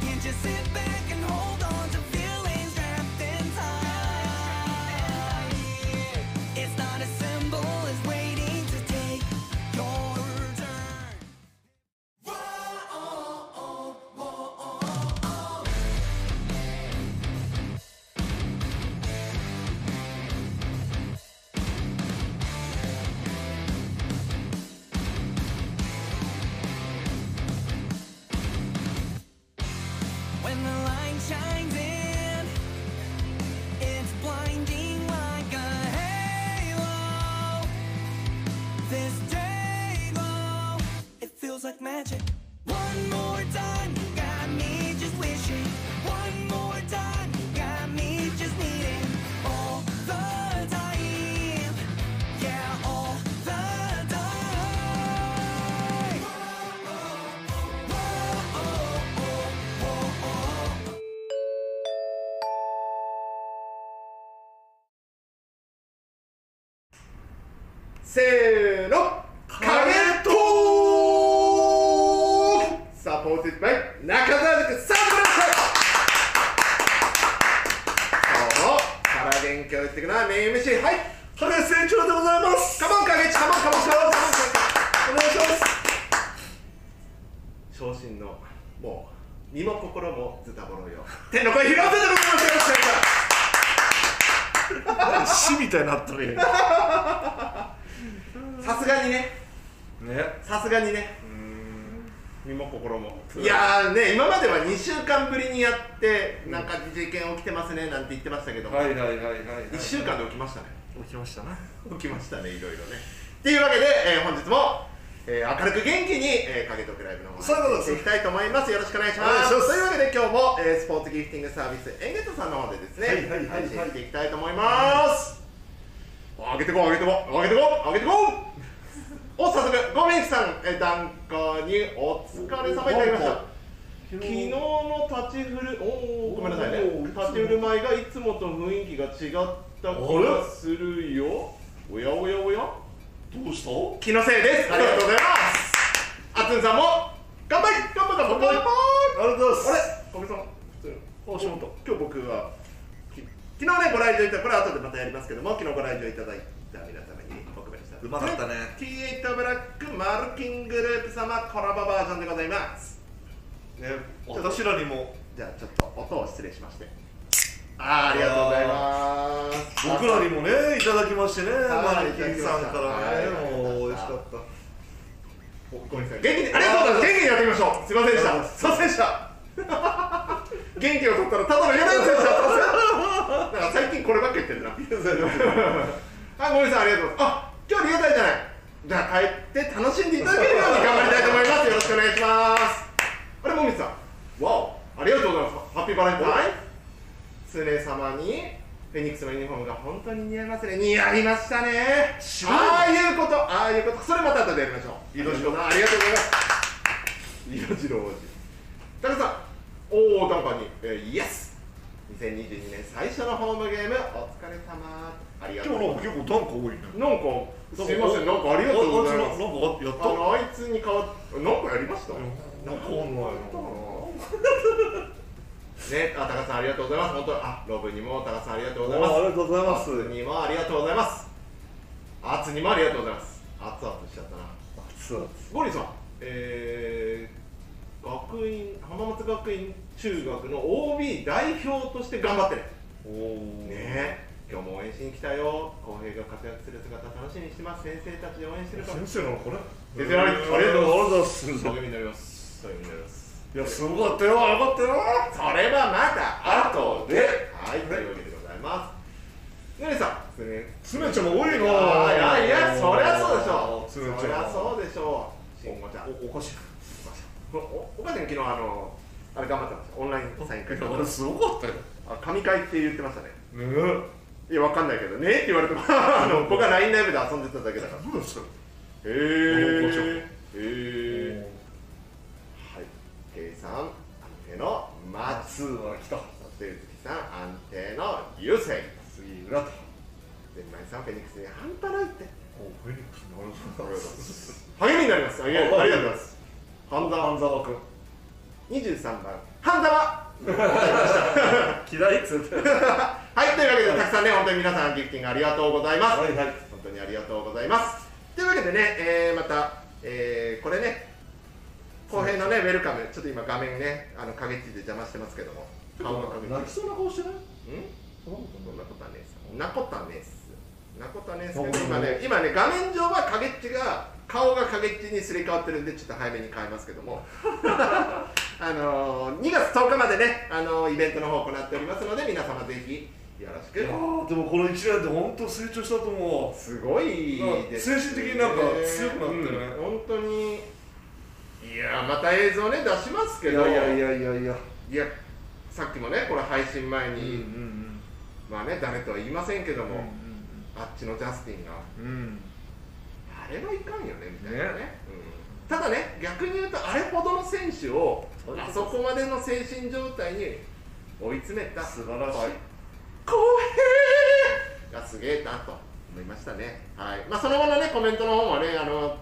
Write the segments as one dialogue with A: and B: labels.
A: Can't just sit back and hold on to feelings trapped in time. It's not as simple as waiting to take your turn. Yeah, all the time.
B: せーのカレートークサポーティッドバイ中澤塾サンプラ今日もから勉強していくのはメイン MC はいカレー船長でございますカモンカゲチカモンカモンカモンカモンお願いします昇進のもう身も心もズタボロよ天の声広瀬でございますよろしくお願いします
C: 死みたいになったね。
B: さすがにね
C: ね。
B: さすがにね身も心もいやーね今までは2週間ぶりにやってなんか事件起きてますねなんて言ってましたけど、
C: はいはいはいはい、はい。
B: 1週間で起きましたね
C: 起きましたな。
B: 起きましたねいろいろねっていうわけで、えー本日も、えー明るく元気に、えー、影とクライブの方
C: そういうことで
B: を
C: す
B: していきたいと思いますよろしくお願いしま
C: お願い
B: す
C: します
B: というわけで今日も、えースポーツギフティングサービスエンゲットさんの方でですね、
C: はいはいはいはい
B: 配信していきたいと思います、上げてこう上げてこう上げてこう上げてこうお早速ゴメンさんえー檀家にお疲れ様いただきました昨日の立ち振るおおごめんなさいね
C: おー
B: 立ち振る舞いがいつもと雰囲気が違った気がするよおやおやおや
C: どうした？お
B: 気のせいですありがとうございますあつんさんも乾杯乾杯乾杯乾杯
C: ありがとうございます
B: あれごめんなさい
C: 仕事。
B: 今日僕はき昨日ねご来場いただいたこれ後でまたやりますけども昨日ご来場いただいた皆様にお配りした
C: うまかったね
B: T8 ブラックマルキングループ様コラボバージョンでございます
C: ね。私らにも
B: じゃあちょっと音を失礼しましてあーありがとうございます
C: 僕らにもねいただきましてね。マ
B: はい
C: ルキンさんから
B: いただきました
C: ねもう
B: はい
C: 美味しかった。
B: おごめんなさい元気にありがとうございます元気にやっていきましょうすいませんでしたすいませんでした元気を取ったらただの嫌なやつでしたなんか最近こればっか言ってるなあ、ごめんなさい、ありがとうございます。あ、今日リアタイじゃない。じゃあ帰って楽しんでいただけるように頑張りたいと思います。よろしくお願いします。あれ、もみじさん。わお、ありがとうございます。ハッピーバレンタイン。常様に、フェニックスのユニフォームが本当に似合いますね。似合いましたね。ああいうこと、ああいうこと、それまた後でやりましょう。色白さん、ありがとうございます。色白王子。高田さん、おお、短歌に、えー、イエス。2022年最初のホームゲーム、お疲れ様。ありがとう
C: 今
B: ございます
C: 日なんか結構単価多いね。
B: なんかすいません、なんかありがとうございます。
C: あなん
B: あ
C: かやっ
B: のあいつに代わって、なんかやりました。
C: た。なんかわかんない
B: ね、あ、高さんありがとうございます。本当に、あ、ロブにも高さんありがとうございま
C: な。
B: す。
C: ありがとうござい
B: ア
C: ます。
B: ツにもありがとうございます。アツにもありがとうございます。アツアツしちゃったな。
C: そう
B: ゴリさん、えー、学院浜松学院中学の OB 代表として頑張ってね。
C: おお。
B: ね今日も応援しに来たよ。浩平が活躍する姿楽しみにしてます。先生たちで応援してるかも
C: 先。生なのこれ？
B: 先生ありがとうございます
C: ます。ありがとうご
B: 励み
C: ざいます。
B: になります。励みになります。
C: いやすごかったよ。よかったよ。
B: それはまた後で。はい、というわけでございます。ねねさん、ね。
C: すねちゃんも多いな。
B: あいやいや、そりゃそうでしょう。
C: つね
B: そ
C: ち
B: り
C: ゃ
B: ゃ
C: ん。
B: そうでしょう。しんごちゃん。
C: おおかしい。
B: おおお母ちゃん、昨日あの、あれ頑張ってました。オンラインサイン会。
C: あれすごかったよ。
B: あ神会って言ってましたね。
C: ねえ。
B: いや、わかんないけどねって言われても、あの僕は LINE ライブで遊んでただけだから。へ
C: どうしたの
B: え。
C: お母ちゃん
B: へえ。はい、計算安定の松は来たそして月さん安定の優勢
C: 杉浦と。
B: 前前さんフェニックスに半端ないって
C: おフェニックスなるほど。
B: 励みになりますありがとうございます半沢
C: 半沢君。
B: 23番半玉
C: 嫌いっつ って
B: はい、というわけでたくさんね、本当に皆さんギフティングありがとうございます。
C: はいはい
B: 本当にありがとうございます。というわけでね、えーまた、えーこれね、公平のね、ウェルカム、ちょっと今画面ね、あの影っちで邪魔してますけども、顔の影っ
C: 泣き
B: ち。
C: そうな顔してない
B: うん
C: そんなこ
B: そ
C: と
B: ん
C: な
B: ないことはねえっす。そんなことはねえっす。そんなことはねえっすけ
C: そう
B: ど、今ね、今ね、画面上は影っちが、顔が影っちにすり替わってるんで、ちょっと早めに変えますけども。 あのー、2月10日までね、あのーイベントの方行っておりますので、皆様ぜひ、よろし
C: い
B: く
C: や。ーでもこの1年で本当成長したと思う
B: すごいです、
C: 精神的になんか強くなったよね
B: うん本当にいやーまた映像ね出しますけど
C: やいやいや
B: いやさっきもねこれ配信前
C: うん
B: に、
C: うん
B: まあね誰とは言いませんけど
C: うん
B: も、あっちのジャスティンが
C: うんうん
B: あれはいかんよねみたいなね
C: ね
B: うんただね逆に言うとあれほどの選手をあそこまでの精神状態に追い詰めた
C: 素晴らしい
B: はい公平がすげえなと思いましたね、はいまあ、その後の、ね、コメントの方もねあの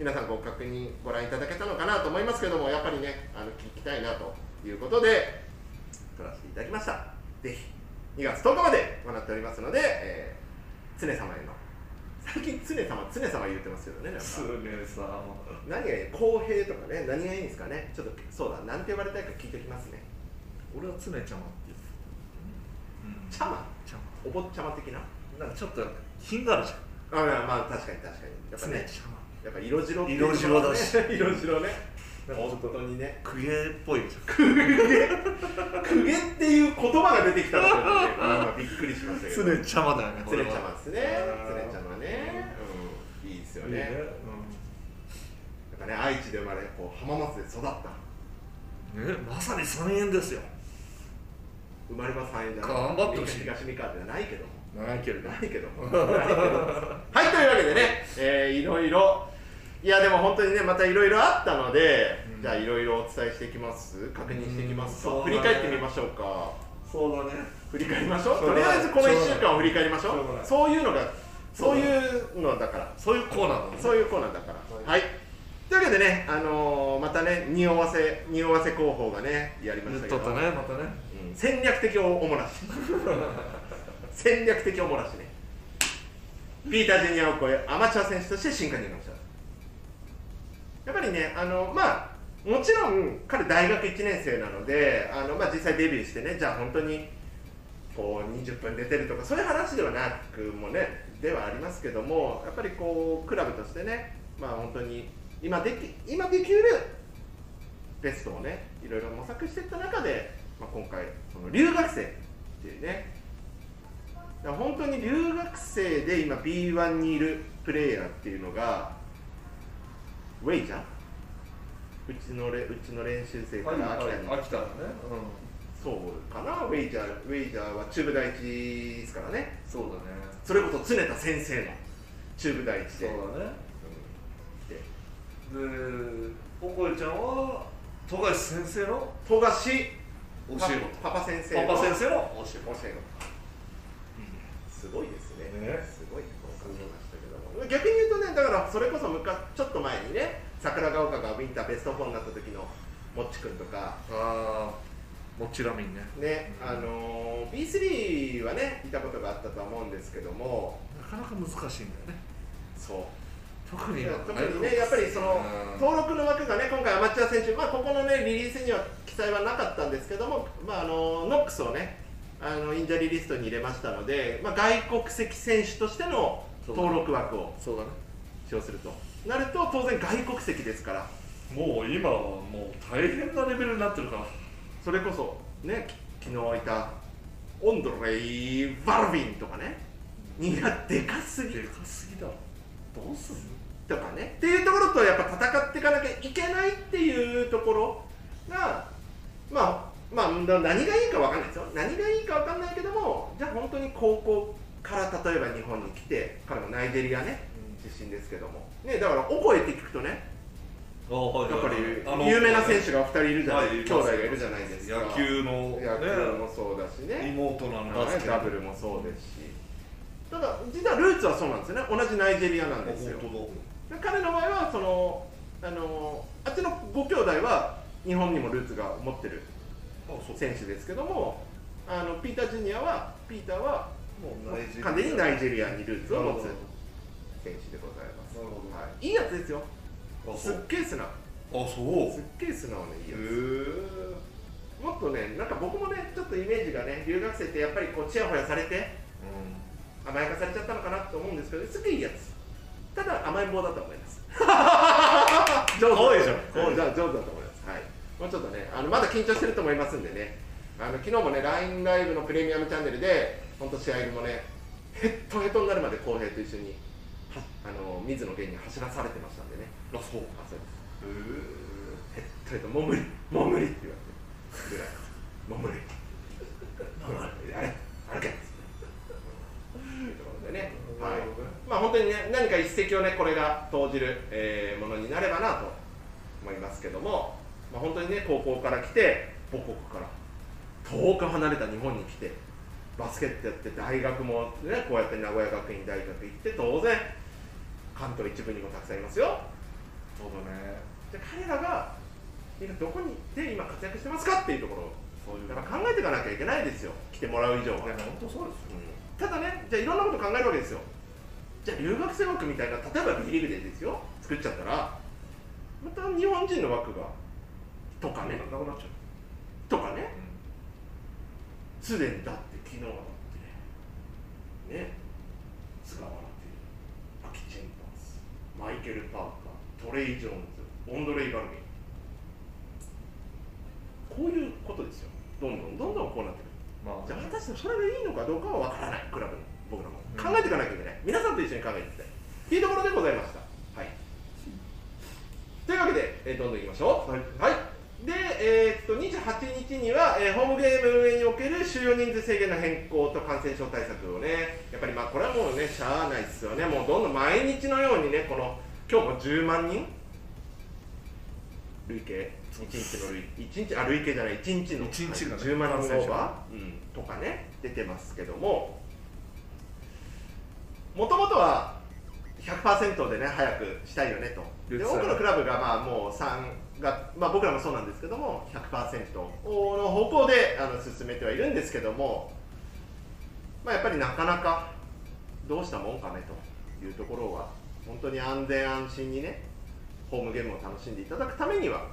B: 皆さんご確認ご覧いただけたのかなと思いますけどもやっぱりねあの聞きたいなということで撮らせていただきましたぜひ2月10日まで行っておりますので、えー常様への最近常様常様言ってますけどねなんか
C: すげえさもう
B: 何がいい公平とかね何がいいんですかねちょっとそうだなんて呼ばれたいか聞いておきますね
C: 俺は常ちゃまって言って
B: ち
C: た
B: ゃま
C: ちゃ
B: お坊ちゃま的な
C: まなんかちょっと品があるじ
B: あまあ確かに確かにやっ
C: ゃ
B: ぱ
C: ん
B: ね
C: 常ちゃま
B: やっぱ色白っていう
C: 色白だし
B: ね 色白ね
C: なんかちょっと
B: にね
C: クゲっぽいじゃん
B: 公家っていう言葉が出てきた ので、ね、今びっくりしましたけど
C: 常ちゃまだよね
B: つれちゃまですね
C: あー
B: つれちゃまね、うん、いいですよ
C: いい
B: ね
C: ね
B: やっぱね愛知で生まれこう浜松で育った
C: うんねまさに三円ですよ
B: 生まれは三円じゃない
C: 頑張ってほしい
B: 東三河じゃないけど も
C: 長いけれど
B: ないけどもないけどもはいというわけでね、えーいろいろいやでも本当にねまたいろいろあったので、
C: うん
B: じゃあいろいろお伝えしていきます確認していきますか、
C: うんそ
B: 振
C: うだね
B: り返ってみましょうか
C: そうだね
B: 振り返りましょう
C: しょう
B: と
C: がな
B: り
C: い
B: あえずこの1週間を振り返りましょう
C: しょうがない
B: そういうのが
C: しょう
B: そう
C: がない
B: いうのだから
C: そういうコーナーだね
B: そういうコーナーだからは、
C: はい
B: というわけでね、あのーまたね匂わせ匂わせ広報がねやりまし
C: 言
B: た
C: っ
B: けど
C: とったねまたね
B: うん戦略的おもらし戦略的おもらしねピーター・ジュニアを超えアマチュア選手として進化に入りましたやっぱりねあのまあもちろん彼大学1年生なのであの、まあ、実際デビューしてねじゃあ本当にこう20分出てるとかそういう話ではなくもねではありますけどもやっぱりこうクラブとしてねまあ本当に今でき今できるベストをねいろいろ模索していった中で、まあ、今回その留学生っていうねだから本当に留学生で今 B1 にいるプレイヤーっていうのがウェイじゃんうちのれうちの練習生から秋田に
C: 秋田だね
B: そうかなウェイジャーウェイジャーは中部第一ですからね
C: うんそうだね
B: それこそ常田先生の中部第一
C: そ
B: で,、
C: うだね
B: で
C: で、おこえちゃんは富樫先生の
B: 富樫
C: 教え子
B: パパ先生
C: パパ先生
B: 教え
C: の教え
B: 子すごいですね
C: ね
B: すごいことを感じましたけども逆に言うとねだからそれこそむかちょっと前にね桜ヶ丘がウィンターベスト4になった時のもっちくんとか
C: 子ああもちろんね
B: ね、
C: うん
B: あのー B3 はねいたことがあったとは思うんですけども
C: なかなか難しいんだよね
B: そう
C: 特に
B: 特にね、やっぱりその登録の枠がね、今回アマチュア選手、まあ、ここのね、リリースには記載はなかったんですけども、まあ、あのノックスをね、あのインジャリーリストに入れましたので、まあ、外国籍選手としての登録枠を
C: そうだね
B: 使用するとなると、当然外国籍ですから、
C: もう今はもう大変なレベルになってるから
B: それこそ、ね、き昨日いたオンドレイ・バルビンとかね、にがでかすぎ
C: で
B: る
C: かすぎだろどうする
B: とかねっていうところとやっぱ戦っていかなきゃいけないっていうところがまあまあうん何がいいかわかんないですよ何がいいかわかんないけどもじゃあ本当に高校から例えば日本に来て彼もナイジェリアね出身ですけどもねだからオコエって聞くとね
C: ああは
B: やっぱり有名な選手が2人いるじゃない兄弟がいるじゃないですか
C: 野球の
B: 野
C: ね
B: 球もそうだしね
C: 妹なのバスケ
B: ダブルもそうですしただ実はルーツはそうなんですよね同じナイジェリアなんですよ
C: 本
B: で彼の場合はそのあのあっちのご兄弟は日本にもルーツが持ってる
C: そう
B: 選手ですけどもあのピーター・ジュニアはピーターはも
C: ナイジェリ
B: う
C: ア
B: 完全にナイジェリアにルーツを持つ
C: なる
B: 選手でございます、
C: なるほど
B: はい、いいやつですよ
C: あ
B: す
C: そ
B: っ
C: う
B: げえ素直
C: あそう
B: すっげえ素直ないい
C: へ
B: やつ
C: え
B: もっとねなんか僕もねちょっとイメージがね留学生ってやっぱりこうちやほやされて甘やかされちゃったのかなと思うんですけどすっげえいいやつただ甘えん坊だと思います上手
C: 可愛いじゃん
B: 可愛いじゃん上手だと思いますはいもうちょっとねあのまだ緊張してると思いますんでねあの昨日もね LINE ライブのプレミアムチャンネルで本当試合後もねヘッドヘッドになるまで浩平と一緒にはあの水野源に走らされてましたんでね
C: あそうへ
B: あそうです
C: え
B: ヘッドヘッドもう無理もう無理って言われてぐらいもう無理あれあれかっつってところでね、はいまあ本当にね何か一石をねこれが投じる、えーものになればなと思いますけども、まあ、本当にね高校から来て母国から遠く離れた日本に来てバスケットやって大学もねこうやって名古屋学院大学行って当然関東一部にもたくさんいますよ
C: そうだね
B: で彼らが今どこにで今活躍してますかっていうところを
C: そういう
B: やっ
C: 感
B: ぱ考えていかなきゃいけないですよ来てもらう以上は、
C: じいや本当そうですよ
B: ただねじゃあいろんなこと考えるわけですよじゃあ留学生枠みたいな例えば B リーグでですよ作っちゃったらまた日本人の枠がとかね
C: なくなっちゃう
B: とかね
C: うん
B: すでにだって昨日はだってね菅原っていうアキチェンパースマイケル・パーカートレイ・ジョーンズオンドレイ・ガルミンこういうことですよどんどんどんどんこうなってくる
C: まあ
B: じゃあ果たしてそれがいいのかどうかは分からないクラブの僕らも
C: うん
B: 考えていかなきゃいけない、皆さんと一緒に考えていきたいっていうところでございましたはいというわけで、えーどんどんいきましょうはい、で、えーっと28日には、えーホームゲーム運営における収容人数制限の変更と感染症対策をねやっぱりまあこれはもうねしゃあないですよねもうどんどん毎日のようにねこの今日も10万人累計1日の累1日あ累計じゃない1日の
C: 一日がね
B: 10万人オー
C: 感染者
B: バー、うん、とかね出てますけどももともとは100%でね早くしたいよねとで
C: 言って
B: 多
C: た
B: く
C: よ
B: のクラブがまあもう3が、まあ、僕らもそうなんですけども100%の方向であの進めてはいるんですけども、まあ、やっぱりなかなかどうしたもんかねというところは本当に安全安心にねホームゲームを楽しんでいただくためには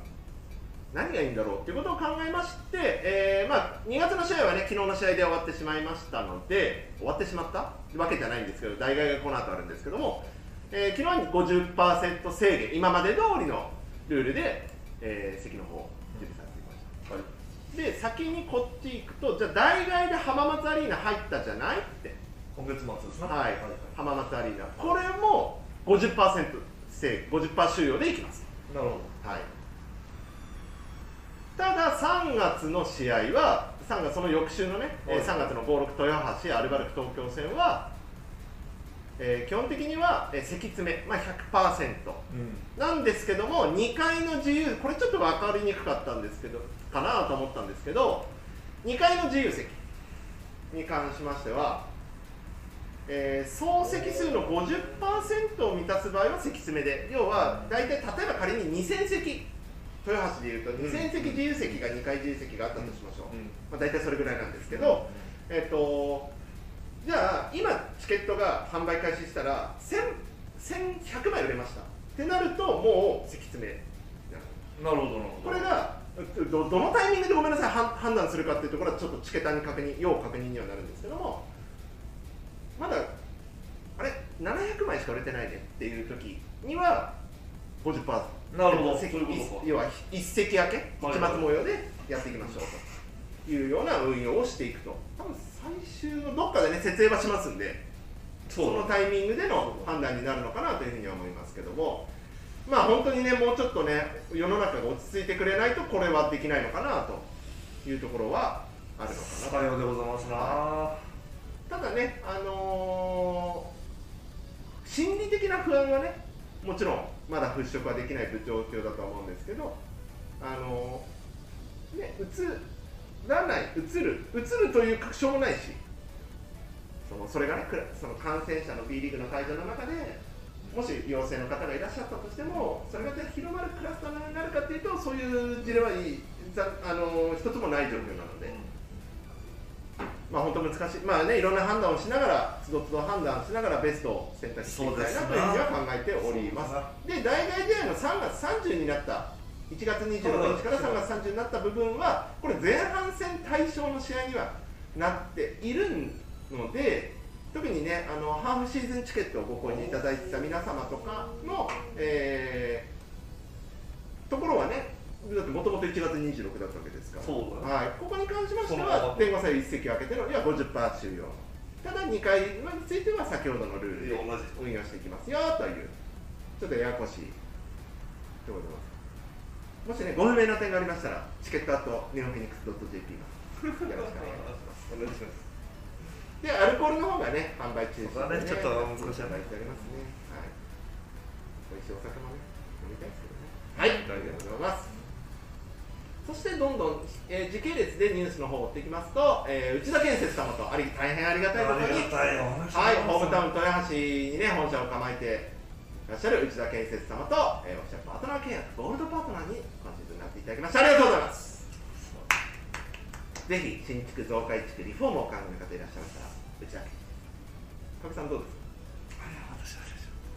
B: 何がいいんだろうっていうことを考えまして、えーまあ、2月の試合はね昨日の試合で終わってしまいましたので終わってしまったわけじゃないんですけど大概がこの後あるんですけども、えー昨日に50%制限今まで通りのルールで、えー席の方を準備させていただきました。
C: は
B: で
C: い
B: 先にこっち行くとじゃあ大概で浜松アリーナ入ったじゃないって
C: 今月末ですね
B: はい、浜松アリーナ、これも50%制50%収容でいきます、
C: なるほど
B: はい、ただ3月の試合は、3月その翌週のね、えー
C: はい
B: 3月の56豊橋、アルバルク東京戦は、えー基本的には、えー席詰め、まあ、100%。
C: うん
B: なんですけども2階の自由これちょっと分かりにくかったんですけどかなと思ったんですけど2階の自由席に関しましては、えー総席数の50%を満たす場合は席詰めで要は大体例えば仮に2000席豊橋でいうと2000席自由席が2階自由席があったとしましょう、
C: うん
B: まあ、大体それぐらいなんですけど、えっ、とじゃあ今チケットが販売開始したら1000 1100枚売れましたってなるともう席詰め
C: なるほどなるほど
B: これがどどのタイミングでごめんなさい判判断するかっていうところはちょっとチケタに確認要確認にはなるんですけどもまだあれ700枚しか売れてないねっていう時には50%
C: なるほど
B: 席
C: そういうことか
B: 要は一席明け一
C: はい
B: 末模様でやっていきましょうというような運用をしていくと多分最終のどっかでね設営はしますんでそ
C: そう
B: のタイミングでの判断になるのかなというふうには思いますけどもまあ本当にねもうちょっとね世の中が落ち着いてくれないとこれはできないのかなというところはあるのかな
C: さようでございますな
B: ただね、あのー心理的な不安がね、もちろんまだ払拭はできない状況だとは思うんですけど、あのーね、うつらない、うつる、うつるという確証もないし、そのそれがね、くらその感染者の B リーグの会場の中で、もし陽性の方がいらっしゃったとしても、それがじゃあ広まるクラスターになるかっていうと、そういう事例はいいざあの一つもない状況なので、まあ本当難しい、まあね、いろんな判断をしながら、つどつど判断しながら、ベストを選択していきたいなというふうには考えております。で、大々試合の3月30になった、1月26日から3月30になった部分は、これ、前半戦対象の試合にはなっているので、特にね、あのハーフシーズンチケットをご購入いただいてた皆様とかの、えーところはね、だってもともと1月26だったわけですから。
C: そうだね
B: はい、ここに関しまして
C: この
B: は、
C: まま
B: 天狗祭一席を空けてのには50%終了、ただ2回については先ほどのルールで
C: 同じ
B: 運用していきますよという、ちょっとややこしいところでございます。もしね、ご不明な点がありましたら、チケットアットネオフェニックス .jp までよろしくお願いします。
C: お願いします
B: で、アルコールの方がね、販売中止
C: そうだねちょっと難しいな
B: なってありますね。はい。美味しいお酒もね、飲みたいですけどね。はい、ありがとうございます。そしてどんどん、えー時系列でニュースの方を追っていきますと、えー内田建設様とあり大変ありがたいことに、
C: たいお話
B: はい、ホームタウン豊橋にね、本社を構えていらっしゃる内田建設様と、えー、おっしゃるパートナー契約、ゴールドパートナーに今シーズンなっていただきました。ありがとうございます。ぜひ、新築、増改築、リフォームを考える方いらっしゃいましたら、内田建設。かみさんどうですか
C: 私は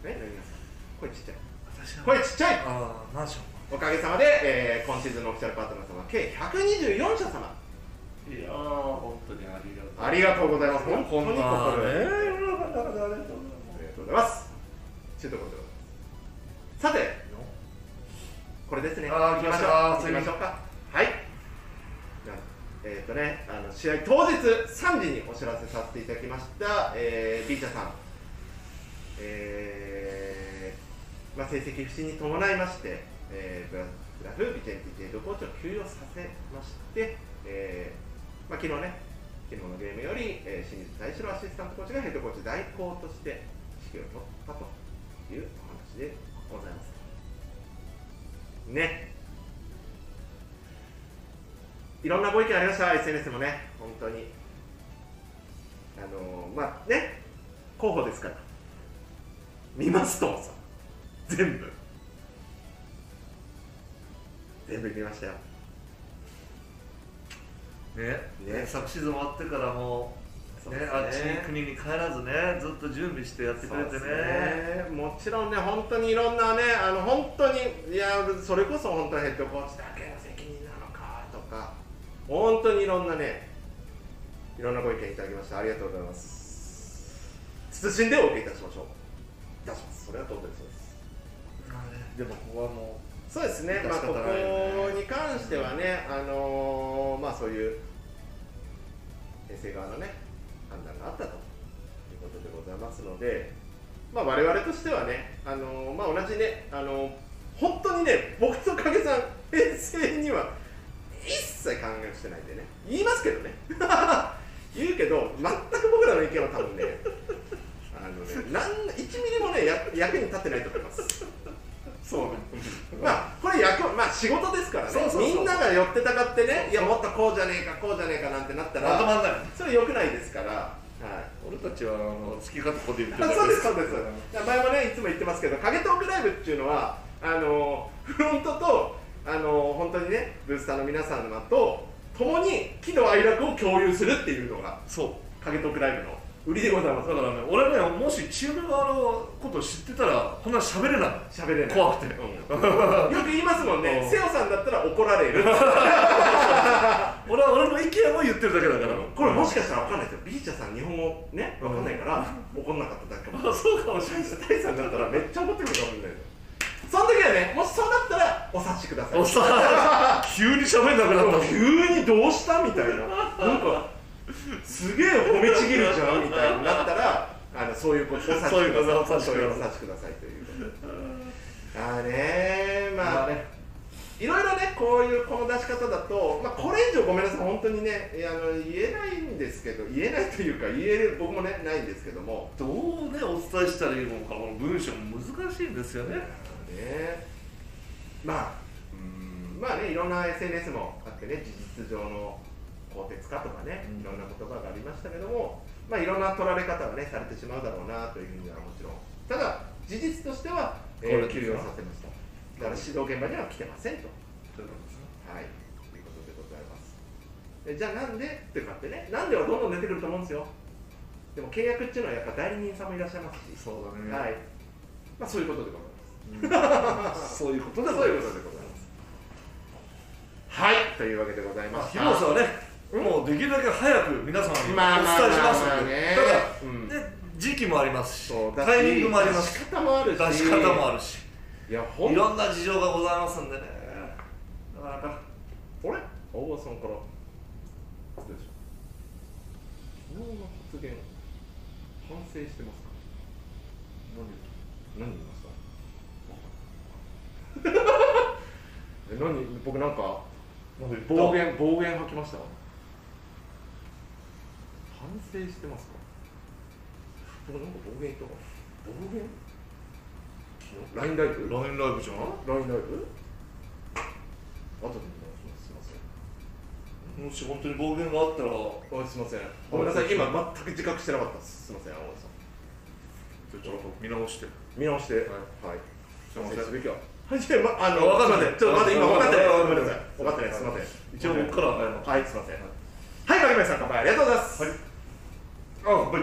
B: え、何がですか声ちっちゃい。
C: 私は
B: 声ちっちゃい
C: ああマンショ
B: おかげさまで、えー今シーズンのオフィシャルパートナー様、計124社様。
C: ンいやー本当にありがとう
B: ありがとうございます。本当に心
C: あ
B: より
C: ね世の中の中でありがとう
B: ありがとうございます。ちゅうところでございます。さて、これですね。
C: あー
B: 行きましょう。
C: あー
B: 行きましょうか。はい。じゃあえっ、とね、あの試合当日3時にお知らせさせていただきました、えー、ビーチャさん、えーまあ、成績不振に伴いまして、えーブラブラフ・ビチェンティヘッドコーチを休養させまして、えーまあ、昨日ね、昨日のゲームより、えー、清水大志郎アシスタントコーチがヘッドコーチ代行として指揮を取ったというお話でございます。ね。いろんなご意見ありました、SNS もね、本当に。あのーまあね、候補ですから、見ますともさ、全部。全部見ましたよ。
C: ね
B: ね
C: ね昨シーズン終わってからもう
B: そう
C: ね
B: ですね
C: あっちに国に帰らずねずっと準備してやってくれて
B: そ
C: ね
B: うですねもちろんね、本当にいろんなね、あの本当に、いや、それこそ本当にヘッドコーチだけの責任なのかとか、本当にいろんなね、いろんなご意見いただきました。ありがとうございます。謹んでお受けいたしましょう。いたします。それは当然そうです。
C: まあねでもここはも
B: そうですね、まあ、
C: 致し
B: こ
C: 方ないよね
B: こに関してはね、あのーまあ、そういう衛生側のね、判断があったということでございますので、まあ、我々としてはね、あのーまあ、同じね、あのー本当にね、僕と影さん、衛生には一切関係してないんでね、言いますけどね、 言うけど、全く僕らの意見は多分ね、 あのね、なん1ミリもね、や役に立ってないと思います。
C: そうね
B: まあこれ役まあ仕事ですからね
C: そうそうそう
B: みんなが寄ってたかってねいやもっとこうじゃねえかこうじゃねえかなんてなった
C: まと
B: ら
C: まんない
B: それ良くないですからはい
C: 俺たちはあの好き勝手ここで言って
B: あ
C: る
B: そうですそうですいや前もねいつも言ってますけど影トークライブっていうのはあのフロントとあの本当にねブースターの皆様と共に喜怒哀楽を共有するっていうのが
C: そう
B: 影トークライブの売りでございま
C: だからね、俺ね、もしチーム側のことを知ってたら、こんな喋れない。
B: す喋れない
C: 怖くて。
B: うんよく言いますもんね
C: うん
B: 瀬尾さんだったら怒られる
C: 俺は俺の意見を言ってるだけだから。
B: これもしかしたら分かんないですよ、ビーチャーさん、日本語ね、分かんないから、怒んなかっただけかもしれ
C: あ、
B: ない。
C: そうかもしれない。
B: 大さんだったら、めっちゃ怒ってくるかもしれないですその時はね、もしそうなったら、お察しください。
C: おっさん、急に喋んなくなった。
B: 急にどうしたみたいな、なんか、すげえ褒めちぎるじゃんみたいになったら、あのそういうこと、お察しくださ
C: そういうことお察
B: い。
C: し
B: そう
C: く
B: いう
C: だ
B: お
C: さい
B: 察しくださいということで。あーねー、まあね。いろいろね、こういうこの出し方だと、まあ、これ以上ごめんなさい、本当にね、いやあの言えないんですけど、言えないというか、言える僕もね、ないんですけども、
C: どうね、お伝えしたらいいのか、この文章も難しいんですよね。
B: ね、まあ、うーんまあね、いろんな SNS もあってね、事実上の更迭かとかねい
C: う、ん
B: ろんな言葉がありましたけども、まあ、いろんな取られ方がね、されてしまうだろうなというふうにはもちろん、ただ、事実としては、え
C: これ
B: ー、休養させました。だから指導現場には来てませんと。
C: ということですね
B: はい、というこえじゃあなんでっていうかってねなんではどんどん出てくると思うんですよでも契約っていうのはやっぱ代理人さんもいらっしゃいますし、
C: そうだね、
B: はいまあそういうことでございます
C: そういうことだ
B: そういうことでございますはいというわけでございま
C: まあ、
B: す
C: 広瀬はね、
B: うん
C: もうできるだけ早く皆様にお伝えし
B: まあまあまあ
C: ますので、
B: まあね
C: ただ、
B: うん
C: ね時期もありますし
B: そうだし
C: タイミングもありますし
B: 出し方もあるし
C: 出し方もあるし
B: いやほん
C: いろんな事情がございますんでねなかなか
B: あれ大場さんから失礼します昨日の発言反省してますか何言いました え何僕なんか暴言暴言吐きました反省してますか僕なんか暴言言ったかな暴言昨日 LINE ライブ
C: LINE ライブじゃん
B: LINE ライブ後で見ますすいません
C: もし本当に暴言があったら
B: あすいませんごめんなさい今全く自覚してなかったですすいません青森さん
C: ちょっと見直して
B: 見直してはい
C: すいません
B: 反省すべきははいいやまあの
C: わかんない
B: すませちょっと待って今分かってない
C: わ
B: ごめ
C: かんな
B: んなさ
C: い
B: い分かってないすいません
C: 一応ここからは謝る
B: はいすいませんはいかりまさん乾杯ありがとうございます
C: はい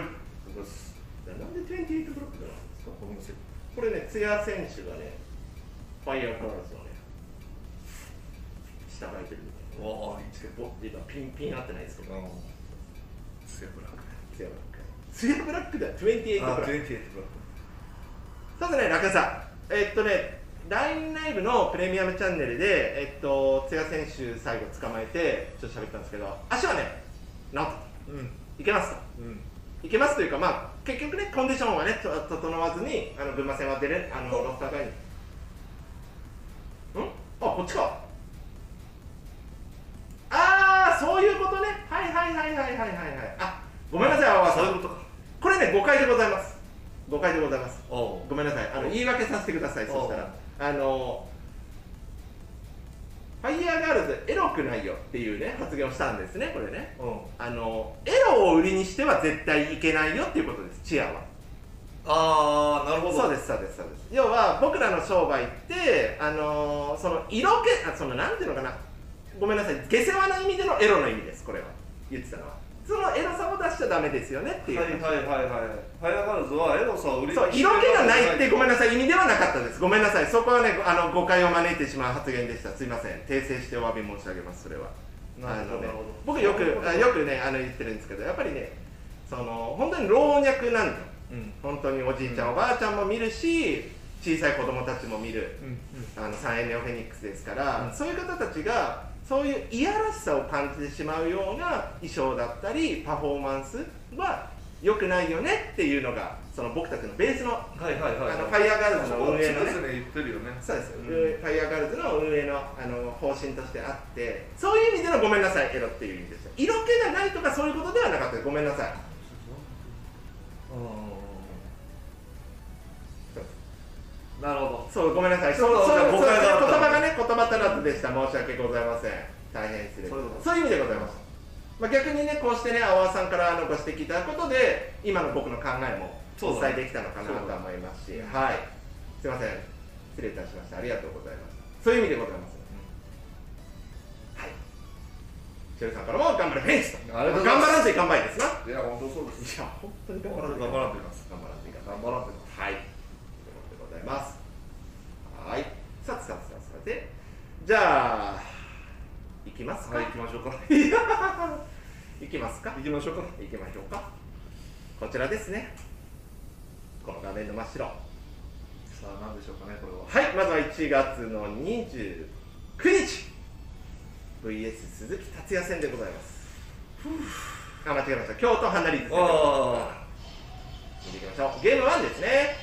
B: ありがと
C: あはい
B: うございますなんで28ブロックなんですか
C: ごめんなさい
B: これねツヤ選手がねファイヤーカラーズをね従えてるみたいな
C: わあいい
B: ちょっとぼ今ピンピン合ってないですけど
C: セブラ
B: ツヤブラックツヤブラックだ28ブラック
C: 28ブラ
B: さてね、中田さん、えっとね、LINE ライブのプレミアムチャンネルで、えっと、津屋選手、最後捕まえて、ちょっと喋ったんですけど、足はね、なんと、
C: うん
B: いけます
C: うん
B: と、いけますというか、まあ、結局ね、コンディションはね、と整わずに、あの群馬戦は出れ、あのロスター外に。んあ、こっちか。あー、そういうことね、はいはいはいはいはいはい、はい、あごめんなさい、青葉
C: そう
B: さ、
C: いうんことか
B: これね、誤解でございます、誤解でございます。
C: お
B: ごめんなさい、あの言い訳させてください、そしたら。あのファイヤーガールズ、エロくないよっていうね、発言をしたんですね、これね。
C: うん
B: あのエロを売りにしては絶対いけないよっていうことです、チアは。
C: ああなるほど
B: そうです、そうです、そうです。要は、僕らの商売って、あのその色気、あそのなんていうのかな、ごめんなさい、下世話な意味でのエロの意味です、これは。言ってたのは。そのエロさを出しちゃダメですよねっていう。
C: はいはいはいはいファイアガールズはエロさを売りに
B: そう
C: して
B: 色気がないってごめん
C: な
B: なさい意味ではなかったですごめんなさいそこはねあの誤解を招いてしまう発言でしたすいません訂正してお詫び申し上げますそれは
C: なる
B: あ
C: ほど
B: のね
C: なるほど
B: 僕よくあよくねあの言ってるんですけどやっぱりねその本当に老若男女
C: うん
B: 本当におじいちゃん、おばあちゃんも見るし小さい子供たちも見る
C: うん
B: あのサンエネオフェニックスですから、
C: うん
B: そういう方たちがそういういやらしさを感じてしまうような衣装だったりパフォーマンスは良くないよねっていうのがその僕たちのベースの
C: はいはいはいはい
B: あのファイヤーガールズの
C: 常々
B: 運営のね
C: 言ってるよね
B: そうです、
C: うん
B: ファイヤーガールズの運営のあの方針としてあってそういう意味でのごめんなさいエロっていう意味でした色気がないとかそういうことではなかったですごめんなさい
C: うんなるほ
B: そうごめんなさい
C: そう
B: そうそう
C: 誤解があっ
B: そ
C: た
B: う言葉がね言葉足らずでした申し訳ございません大変失礼
C: そういうこと
B: そういう意味でございました、まあ、逆にねこうしてね青葉さんからあのご指摘いただくことで今の僕の考えも
C: そう
B: お
C: だね
B: 伝えできたのかなとは思いますし、
C: そうだね
B: はいすいません失礼いたしましたありがとうございますそういう意味でございます、はいシェルさんからも頑張れフェンスと
C: ありがとうございます
B: 頑張らんといかんばいですな
C: どいや本当そうで
B: いや本当に頑張らんといかん
C: 頑張らんといかん
B: 頑張らんといかんは
C: 頑張らんといかん
B: い。ということでございます。はい。さてさてさてさて。じゃあ、行きますか。
C: はい行きましょうか
B: 行きますか。
C: 行きましょうか
B: 行きましょうか。こちらですね。この画面の真っ白。は。
C: さあ何でしょうかねこれはい
B: まずは1月の29日。VS 鈴木達也戦でございます。あ、間違えました。京都花リーズ戦でございます
C: あ
B: 見ていきましょうゲームワンですね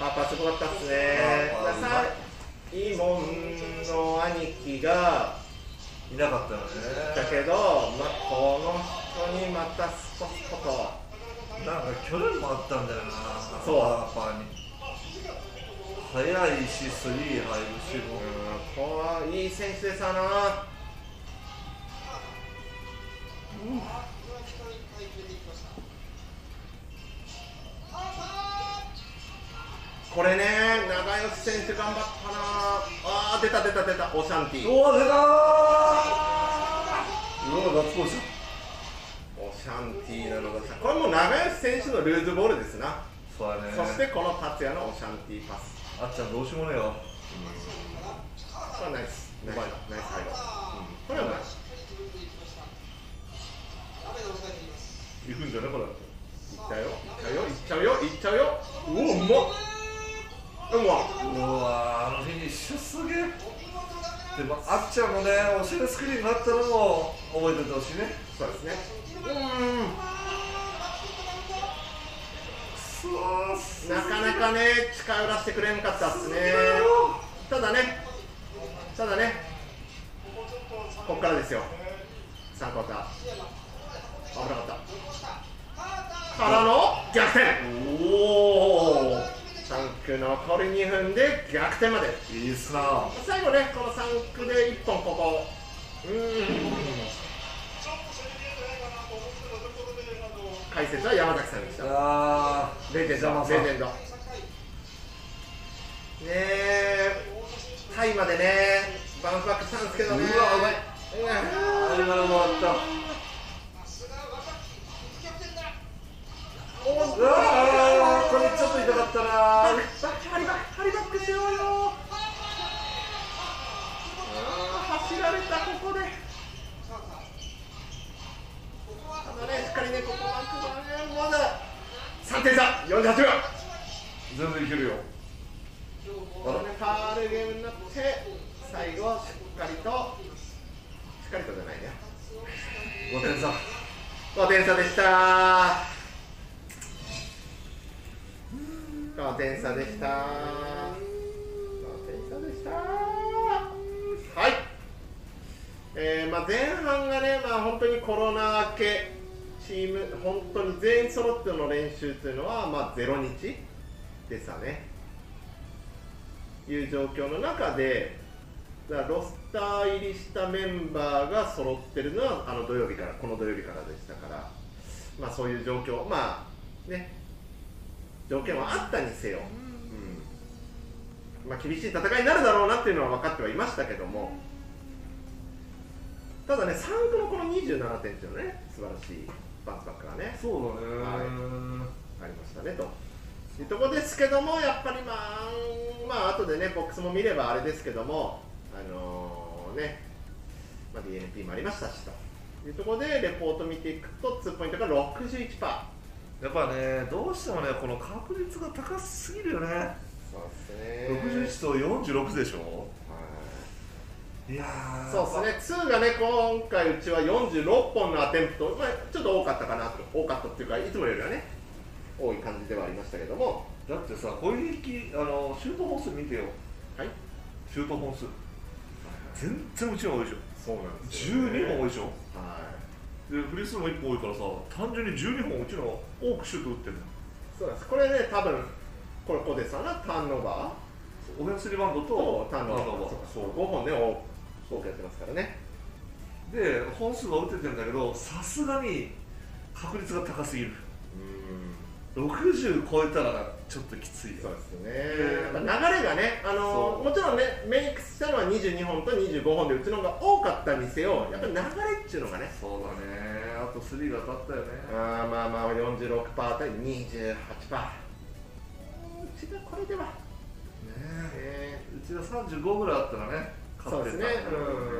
B: パパすごかったっすね
C: パパ
B: さいいもんの兄貴が
C: あいなかったよ
B: だ
C: ね
B: けど、ま、この人にまたスポスポと
C: なんか去年もあったんだよな
B: そう
C: パーパーに速いしスリー入るしもう
B: こういい選手でさなここれね長吉選手頑張ったなあー出た出た出たオシャンティ
C: うわ出たーうわガッツポーズ
B: オシャンティなのがさこれもう長吉選手のルーズボールですな、
C: そうやね
B: そしてこの達也のオシャンティパス
C: あっちゃんどうしようもねえよ
B: これはナイスナイス
C: うまい
B: ナイス配合、うん、これはナイス
C: 行くんじゃねこれ
B: いったよいったよいっちゃうよいっちゃうようおうまっうまっ
C: うわーあのフィニッシュすげえでもあっちゃんもねお尻スクリーンになったのも覚えておいてほしいね
B: そうですねうん
C: そうーす
B: なかなかね、力を出してくれんかったっすね。ただね、ただね、こっからですよ、3クォーター。危なかった。からの逆転
C: おお
B: 3区残り2分で逆転まで。
C: いいっすな
B: 最後ね、この3区で1本ここ。うーん解説は山崎さんでした。
C: あ
B: レジェン
C: 邪魔
B: ド、
C: さん
B: レジェンド。ねえ、タイまでね、バウンスバックしたんですけどね。
C: うわうまい
B: うん
C: ー今のもあったうわーこれちょっと痛かった
B: バックバッ
C: な
B: クハリバック、ハリバックしようよ。あー走られた、ここで。ただね、しっかりね、ここはね、まだ。3点差、48秒。
C: 全然いけるよ
B: このね、ファールゲームになって、最後、しっかりと、しっかりとじゃないね。
C: 5点差
B: 5点差でした5点差でした5点差でしたはいえーまあ、前半がね、まあ、本当にコロナ明けチーム本当に全員揃っての練習というのは、まあ、ゼロ日でしたねいう状況の中でだからロスター入りしたメンバーが揃ってるのはあの土曜日からこの土曜日からでしたから、まあ、そういう状況まあね条件はあったにせよ、うんまあ、厳しい戦いになるだろうなっていうのは分かってはいましたけどもただね3区のこの27点っていうのはね素晴らしいバンスバックがね
C: そうだね
B: ありましたねというところですけどもやっぱりまあうんまあ後でねボックスも見ればあれですけどもあのーね、まあ、DNP もありましたしというところでレポート見ていくとツーポイントが61%パ
C: やっぱねどうしてもねこの確率が高すぎるよね
B: ーそうです
C: 61と46でしょいやー
B: そうですね、2がね、今回、うちは46本のアテンプト、まあ、ちょっと多かったかなと、多かったっていうか、いつもよりはね、多い感じではありましたけども、
C: だってさ攻撃あのシュート本数見てよ
B: はい、
C: シュート本数全然うちの方が多いで
B: そうなん
C: しょ12本多い
B: はい、
C: でしょでフリースローも1本多いからさ単純に12本うちの方が多くシュート打ってるのよ
B: そうなんです、これね、多分これ、コデさんがターンオーバ
C: オフェンスリバウンド
B: ーと
C: と
B: ターンオーバー、
C: そ
B: そうう5本ね、多多くやってますからね、
C: で本数は打ててるんだけどさすがに確率が高すぎる60超えたらちょっときつい
B: そ
C: よ
B: うですね、まあ、流れがね、あのーもちろんね、メイクしたのは22本と25本で、うちの方が多かったにせよ、やっぱり流れっていうのがね、
C: そうだねあと3が当たったよね
B: あーまあまあ46パー対28パーうちがこれでは、ね
C: ね
B: え
C: うちが35ぐらいあったらね
B: そう
C: 勝
B: で
C: っ
B: す
C: て
B: ね
C: たんだけどね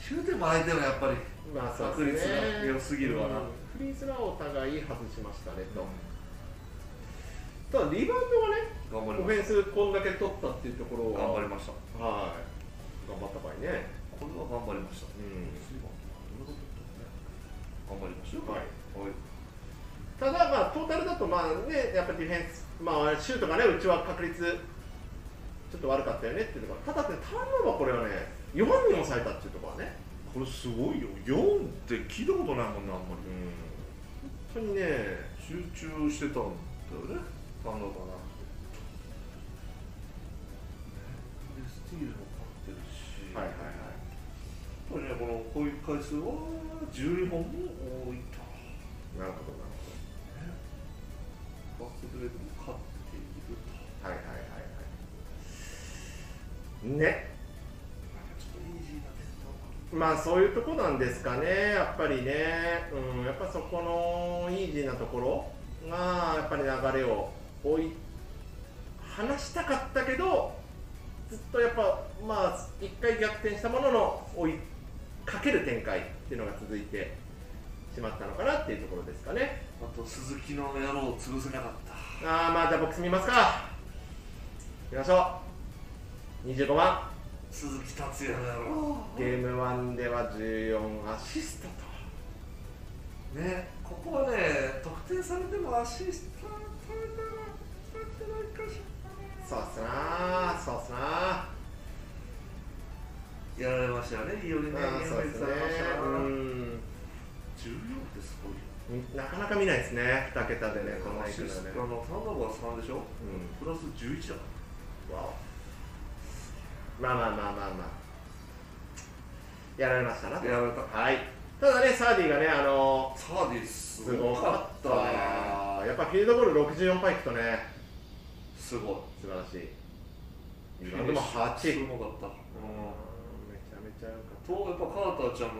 C: シュートも相手もやっぱり
B: うんまあ
C: 確率が良すぎるわな
B: うんフリースローをお互い外しましたねと、ただリバウン
C: 頑
B: ドが
C: 張り
B: ねオフ
C: まし
B: ェンスこんだけ取ったっていうところ
C: た
B: は
C: 頑張りました
B: はい頑張った場合ね
C: これは頑張りました
B: うん
C: 頑張りましょう
B: はい
C: はい
B: ただまあトータルだとまあねやっぱディフェンスまあシュートがねうちは確率ちょっと悪かったよねっていうところただねターンオーバーこれはね4に抑えたっていうところはね
C: これすごいよ4って聞いたことないもんねあんまり
B: 本当にね
C: 集中してたんだよねターンオーバーなでスティールも勝ってるし
B: はいはいはい
C: やっぱりねこのこういう回数は12本も多いと
B: なるほどなる
C: バスケットレートも勝っていると
B: ねまあそういうとこなんですかねやっぱりね、うん、やっぱそこのイージーなところがやっぱり流れを追い話したかったけどずっとやっぱまあ一回逆転したものの追いかける展開っていうのが続いてしまったのかなっていうところですかね
C: あと鈴木の野郎を潰せなかった
B: ああまあじゃあボックス見ますか見ましょう25万
C: 鈴木達也の野郎
B: ゲーム1では14アシストと
C: ねここはね得点されてもアシストは取れたら取れてないかし
B: そうっすなーそうっすな
C: らやられましたよねいいよりね
B: ーうんそうっすね
C: やられましたから
B: う
C: 14
B: ん
C: ってすごいよ
B: なかなか見ないですね2桁でねこんな
C: ア
B: いく
C: シ
B: の
C: ス
B: ね
C: トあのターンオーバー3でし
B: う
C: ょプラス11だか
B: んわおまあまあまあまあまあやられましたな
C: らやられた
B: はいただねサーディがねあの
C: サーディす
B: すごか
C: ごか
B: っ
C: ったた
B: ね
C: ね
B: やっぱフィールドゴール64パイクとね
C: すごい
B: 素晴らしい今でも8う
C: す
B: ん
C: ごかった、うん、
B: めちゃめちゃ良かった
C: とやっぱカーターちゃんも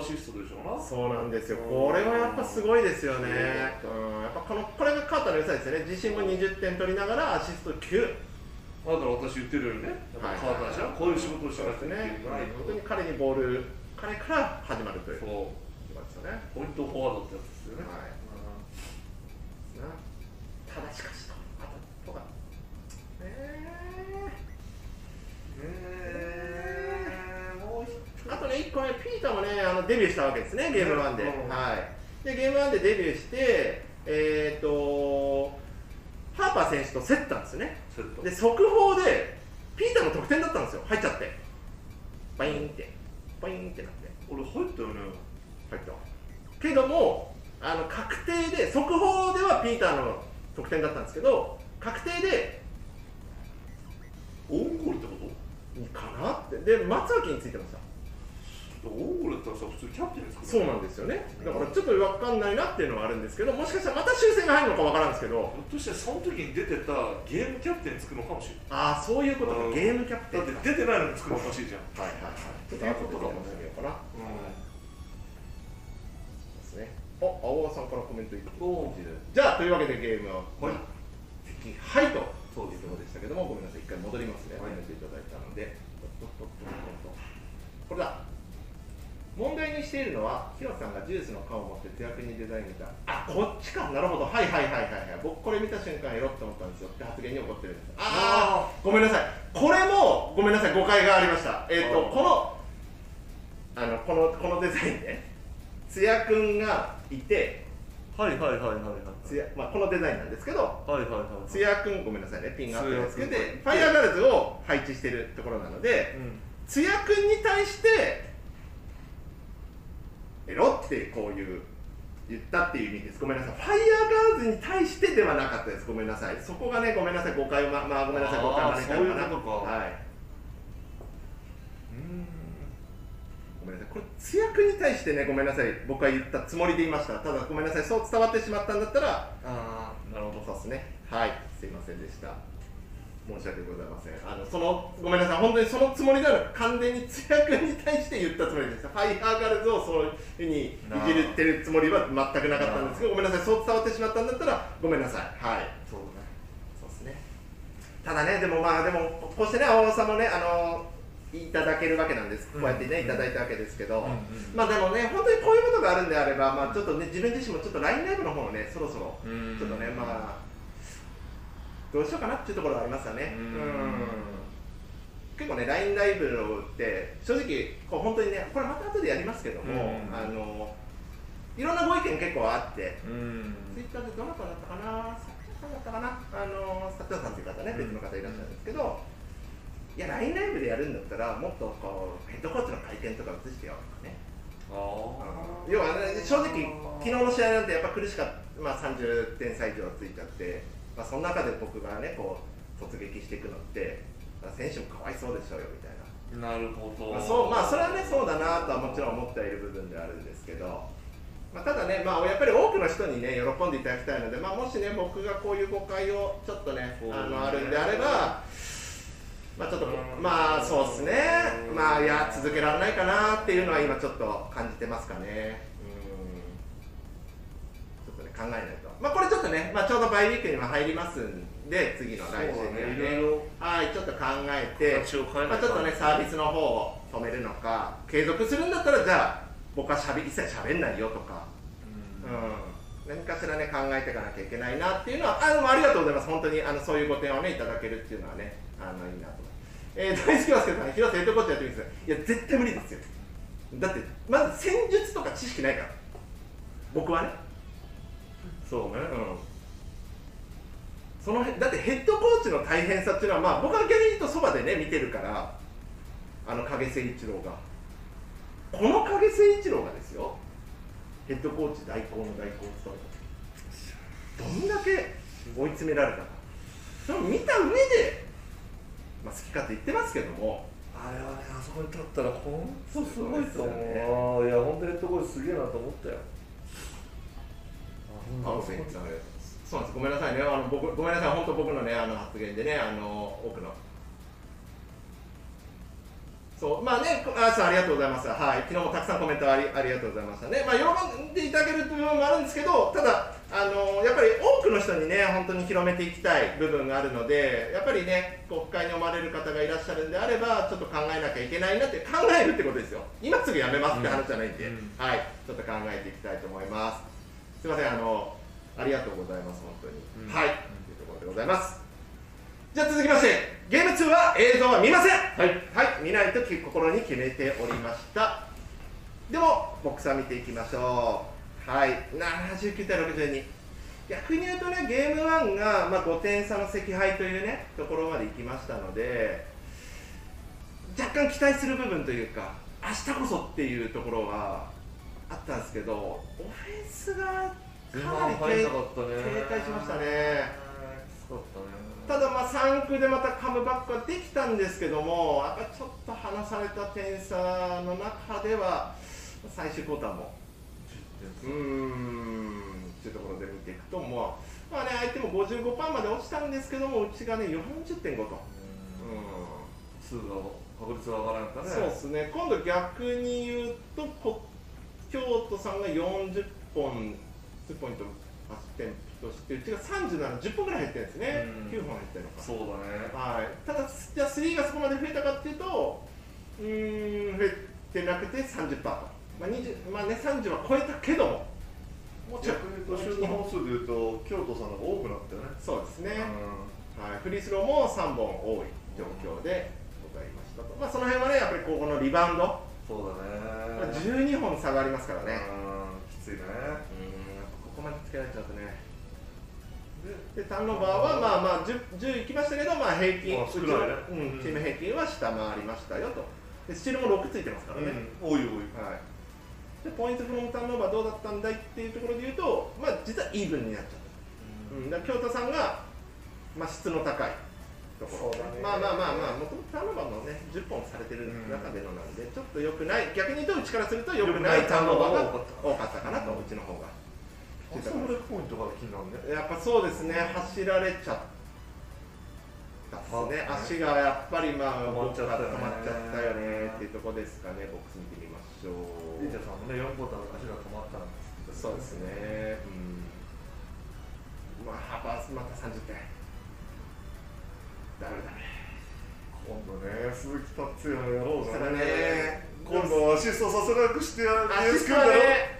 C: 9アシストでしょうな
B: そうなんですよ、
C: うん
B: これはやっぱすごいですよね、
C: す
B: うん、やっぱこのこれがカーターの良さですよね、自身も20点取りながらアシスト9、
C: だから私言ってるようにね、やっぱカーターじゃん、こういう仕事をし
B: そ
C: な
B: う
C: く
B: です
C: てい
B: ね、
C: けない
B: 本当に彼にボール、彼から始まるという
C: そ
B: こ
C: う、
B: とですよね。
C: ポイントフォワードってやつですよね。
B: はいなただしかしと、あと、とか、え
C: えー、もう一
B: ー、あとね、1個ね、ピーターもね、あのデビューしたわけですね、ゲーム1で。
C: うん
B: はい、でゲーム1でデビューして、えー、とハーパー選手と競ったんですよね。
C: セット。
B: で速報でピーターの得点だったんですよ入っちゃってバイーンってバイーンってなって
C: 俺入ったよね。
B: 入ったけどもあの確定で速報ではピーターの得点だったんですけど確定で
C: オウンゴールってこ
B: かなってで松脇についてました
C: とオウンゴールだったらさ、普通キャプテンですから
B: そう
C: ひ
B: なんですよねだからちょっと分かんないなっていうのはあるんですけどもしかしたらまた修正が入るのか分からんですけど
C: ょっとしてその時に出てたゲームキャプテン作るのかもしれ
B: ああそういうことか
C: うん
B: ゲームキャプテン
C: ない。だって出てないのに作るのおかしいじゃん。
B: はいはいはいちょっと後で見直してみようかなですねあ青尾さんからコメントいく
C: お
B: じゃあというわけでゲームは
C: はい
B: 敵はいと
C: そう
B: いう
C: です
B: ところでしたけどもごめんなさい一回戻りますね
C: はい
B: やめていただいたのでとっとっとっとっとっとこれだ問題にしているのはヒロさんがジュースの缶を持って手役にデザインしたあこっちかなるほどはいはいはいはいはい僕これ見た瞬間エロって思ったんですよって発言に怒ってるんですああごめんなさいこれもごめんなさい誤解がありましたえっ、とこのあ
C: あー
B: のこのこのデザインねつやくんがいて
C: はいはいはいはいはい。
B: つや、まあ、このデザインなんですけど
C: はいはいはい。
B: つやくんごめんなさいねピンがアップをつけて
C: つやくん
B: ファイアーガールズを配置してるところなので
C: うん。
B: つやくんに対してエロってこういう言ったっていう意味ですごめんなさいファイアーガールズに対してではなかったですごめんなさいそこがねごめんなさい誤解をままあごめんなさい誤解を招いたの
C: あーそういうことか
B: はい
C: うん。
B: ごめんなさいこれつやくんに対してねごめんなさい僕は言ったつもりで言いましたただごめんなさいそう伝わってしまったんだったら
C: あ
B: なるほど、そうですね。はい、すいませんでした。申し訳ございません。あの、その、ごめんなさい、本当にそのつもりなの、完全につやくんに対して言ったつもりでした。ファイアーガールズをそういうふうにい
C: なあ
B: じるってるつもりは全くなかったんですけど、ごめんなさい、そう伝わってしまったんだったら、ごめんなさい。はい。
C: あ。そうだね。
B: そうですね。ただね、でもまあ、でも、こうしてね、青野さんもね、あのいただけるわけなんです。こうやってね、
C: うん
B: いただいたわけですけど、
C: うんうん
B: まあでもね、本当にこういうことがあるんであれば、まあちょっとね、自分自身もちょっと LINE ライブの方のね、そろそろ、
C: うん
B: ちょっとね、まあ、どうしようかなっていうところはありますよね。
C: うん
B: 結構ね、LINE ライブって、正直、こう本当にね、これまた後でやりますけども、
C: うん
B: あのいろんなご意見結構あって、
C: うん。
B: ツイッターでどなただったかな、さっちゃんさんだったかな、あのさっちゃんさんという方ね、別の方いらっしゃるんですけど、いや、LINE ライブでやるんだったら、もっとこうヘッドコーチの会見とか映してよとかね、
C: ああ。
B: 要は、ね、正直、昨日の試合なんてやっぱ苦しかった、まあ、30点差以上ついちゃって、まあ、その中で僕がね、こう突撃していくのって、まあ選手もかわいそうでしょうよみたいな。
C: なるほ
B: ま
C: ど。
B: あ、そうまあそれはねそうだなとはもちろん思ってはいる部分ではあるんですけど、まあ、ただね、まあ、やっぱり多くの人にね喜んでいただきたいので、まあ、もしね僕がこういう誤解をちょっとね
C: そう
B: あのあるんであればまあちょっとこまあそうですねまあいや続けられないかなっていうのは今ちょっと感じてますかねうんちょっとね考えないとまあこれちょっとね、まあ、ちょうどバイウィークにも入りますんで次の来週には
C: そうだね
B: ね
C: いろいろ
B: はいちょっと考えて
C: 形を変えな
B: まあ、
C: いと
B: ちょっとねサービスの方を止めるのか継続するんだったらじゃあ僕はしゃべ一切しゃべんないよとかうん、何かしらね考えていかなきゃいけないなっていうのはあでもありがとうございます本当にあのそういうご提案をねいただけるっていうのはねあのいいなと思いますえー、大好きバスケさん広瀬ヘッドコーチやってみてくださいいや絶対無理ですよだってまず戦術とか知識ないから僕はねそうねうんその辺だってヘッドコーチの大変さっていうのは、まあ、僕は逆に言うとそばでね見てるからあの影瀬一郎がこの影瀬一郎がですよヘッドコーチ代行の代行を務めたどんだけ追い詰められたかそれを見た上で、まあ、好き勝手言ってますけども
C: あれはねあそこに立ったら本当すごいと
B: そう
C: 思
B: です
C: う、いや本当にヘッドコーチすげえなと思ったよ
B: パウセンさんそうなんですごめんなさいねあの僕ごめんなさい本当僕のねあの発言でねあの奥のそうまあねあーさんありがとうございますはい昨日もたくさんコメントありありがとうございましたねまあ喜んでいただける部分もあるんですけどただあのやっぱり多くの人にね本当に広めていきたい部分があるのでやっぱりね国会に思われる方がいらっしゃるんであればちょっと考えなきゃいけないなって考えるってことですよ今すぐやめますって話じゃないんで、
C: うんうん
B: はいちょっと考えていきたいと思いますすみません、あの、ありがとうございます、本当に。
C: うん
B: はい、というところでございます。じゃあ続きまして、ゲーム2は映像は見ませんはい、見ないとき心に決めておりました。でも、ボックスは見ていきましょう。はい、79対62。逆に言うとね、ゲーム1が、まあ、5点差の惜敗というね、ところまで行きましたので、若干期待する部分というか、明日こそっていうところはあったんですけど、オフェンスがか
C: 前
B: な
C: 半
B: り
C: 入んなかったね
B: 停滞しましたね
C: そうだった
B: た
C: ね
B: だまあ3区でまたカムバックはできたんですけども、やっぱちょっと離された点差の中では、最終クォーターも、うーん、というところで見ていくと、まあまあね、相手も55%まで落ちたんですけども、うちがね、40.5と。う
C: 数が確率が上がらんか
B: ん
C: ね
B: そうですね、今度逆に言うと、こ京都さんが40本、2ポイント、8点として、うちが37、10本ぐらい入ってるんですね、
C: うん
B: 9本入ってるのか。
C: そうだね
B: はい、ただ、じゃあ3がそこまで増えたかっていうと、うーん、増えてなくて30%と、まあ20まあね、30は超えたけども、もちろん
D: 逆に言うとシュート本数でいうと京都さんの方が多くなったよね
B: そうですね、
C: う
B: はい、フリースローも3本多い状況でございましたと、まあ、その辺はね、やっぱりここのリバウンド、ま
C: んそうだ
B: あ
C: ね
B: 12本差がありますからね、
C: うんきつい
B: うん、
C: ね
B: やっぱここまでつけられちゃうとね。
C: で
B: でターンオーバーはまあまあ 10, 10いきましたけど、まあ、平均、
D: まあ少ないね
B: うちのうん、チーム平均は下回りましたよと、でスチールも6ついてますからね、
D: うん、多い多い
B: はい、でポイントフロムターンオーバーどうだったんだいっていうところで言うと、まあ、実はイーブンになっちゃった、うん、だから京都さんが、まあ、質の高いところ、
C: そうだね
B: まあまあまあまあもともとターンオーバーのね10本されてる中でのなんで、ちょっと良くない逆に言うとうちからすると良くない
C: 良くない
B: ターンオーバーが多
C: ターンオーバ
B: かったかなと、うちの方が
D: あそこブレイクポイントから気になるね
B: やっぱそうですね走られちゃったですね足がやっぱりまあ
C: 止まっちゃったよね
B: 止まっちゃったよねっていうところですかねボックス見てみましょう
C: リーチャさんもね4クォーターで足が止まったんですけ
B: そう
C: ど
B: ですね、うん、まあ、ハバースまた30点、だめだめ、
D: 今度ね鈴木達也のやろう
B: それ
D: が
B: ね
D: 今度アシストさせなくしてやる
B: アシスト
D: だ
B: はね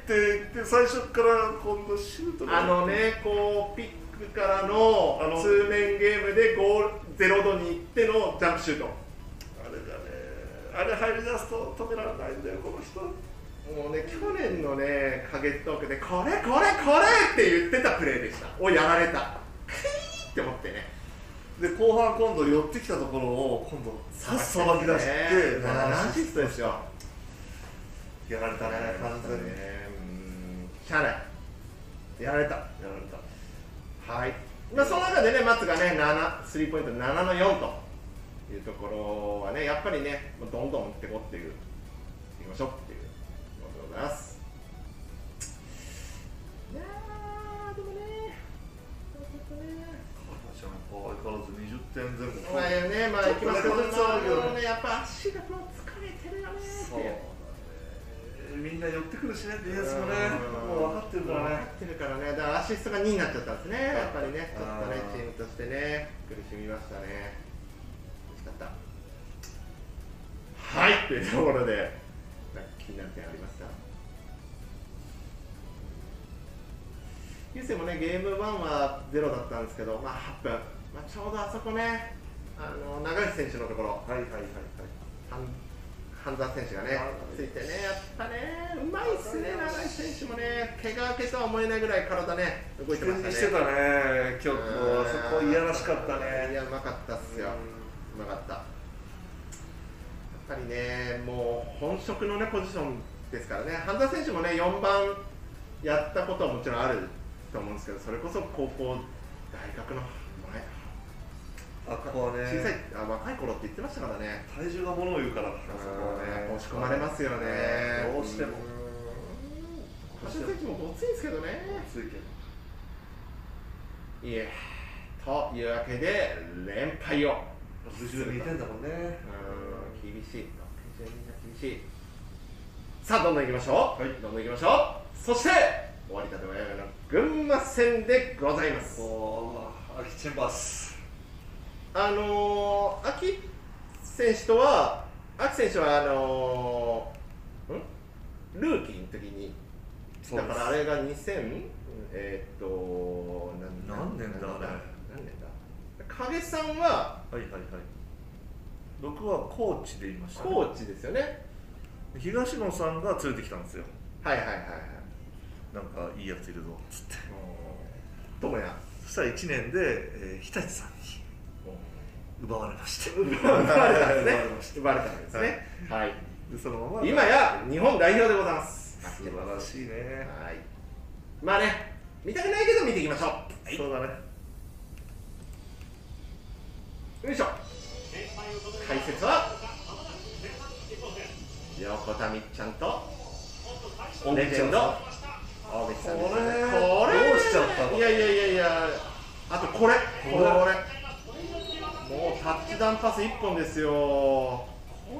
D: ろって言って最初から今度シュートが
B: あのね、こうピックからの
D: あの
B: 通面ゲームでゴールゼロ度に行ってのジャンプシュート、
D: あれだねあれ入り出すと止められないんだよこの人
B: もうね、去年のね、影トークで、これ、これ、これって言ってたプレーでした、をやられた、 クイーって思ってね。
D: で後半今度寄ってきたところを今度さっさばき出して
B: 7アシストですよ。
D: やられたね完全にや
B: しゃあないやられた
D: られた
B: はい、まあ、その中でね松がね7スリーポイント7の4というところはねやっぱりねもうどんどん打ってこっていういきましょうっていうことでございますいやーでもねちょっとね
C: 私はもう
D: 相変わらず20点前後
B: まあね、まあ、行きますけど、
D: ちょっとねそうだけど
B: まあね、やっぱ足がもう疲れてるよねって
C: そうだねみんな寄ってくるしねディフェンスもね
B: うん
C: もう分かってるから
B: 分
C: ね
B: かってるからね、だからアシストが2になっちゃったんですね、やっぱりね、ちょっとね
C: あ、ー
B: チームとしてね、苦しみましたね。苦しかった。はい、というところで、なんか気になる点ありました。優勢もね、ゲーム1はゼロだったんですけど、まあ8分、まあ、ちょうどあそこね、あの長石選手のところ、
C: はいはいはいはい
B: 半半沢選手がね
C: はい、
B: ついてね、やっぱね、うまいっすね、長井選手もね、怪我明けとは思えないぐらい体ね、動いてましたね。
C: にしてたね今日
B: う
C: も
B: ん
C: そこいやらしかったね
B: いや、うまかったっすよ、うまかった。やっぱりね、もう本職のね、ポジションですからね、半沢選手もね、4番やったことはもちろんあると思うんですけど、それこそ高校、大学の前、
C: あここはね
B: 小さい、あ若い頃って言ってましたからね。
C: 体重がものを言うからそこはね
B: 押し込まれますよね。
C: どうしても
B: 橋田選手もごついですけどね。
C: ついけど
B: いえ。というわけで、連敗を。
C: 62点だもん
B: うー
C: ね
B: ん、厳しい。62が厳しい。さあ、どんどん行きましょう。
C: はい
B: どんどん行きましょう。そして、終わりたてはやめの群馬戦でございます。
C: こうアキチェンバース
B: あのー、秋選手とは、秋選手はあのー、んルーキーの時に、
C: そう
B: だ
C: です
B: からあれが2000、えーっと、
C: 何年だ
B: 何
C: あれ
B: 何年だ影さんは
D: はいはいはい僕は高知でいました、ね、
B: コーチですよね。
D: 東野さんが連れてきたんですよ
B: はいはいはいはい。
D: なんかいいやついるぞっつって
B: どうや
D: そしたら1年で、えー日立さんに奪われまして
B: 奪われたんで
D: 奪わ
B: すね
D: れまし。
B: 奪われたんですね。はい。
D: でそのまま
B: 今や日本代表でございます。
D: 素晴らしいね、
B: はい。まあね、見たくないけど見ていきましょ
D: そうだね
B: う。よいしょ。解説は横田みっちゃんとレジェンド大道さんですね
C: これ
B: これ
C: どうしちゃったの
B: いやいやいやいやあとこれこれ
C: れ
B: もうタッチダウンパス1本ですよ
C: こ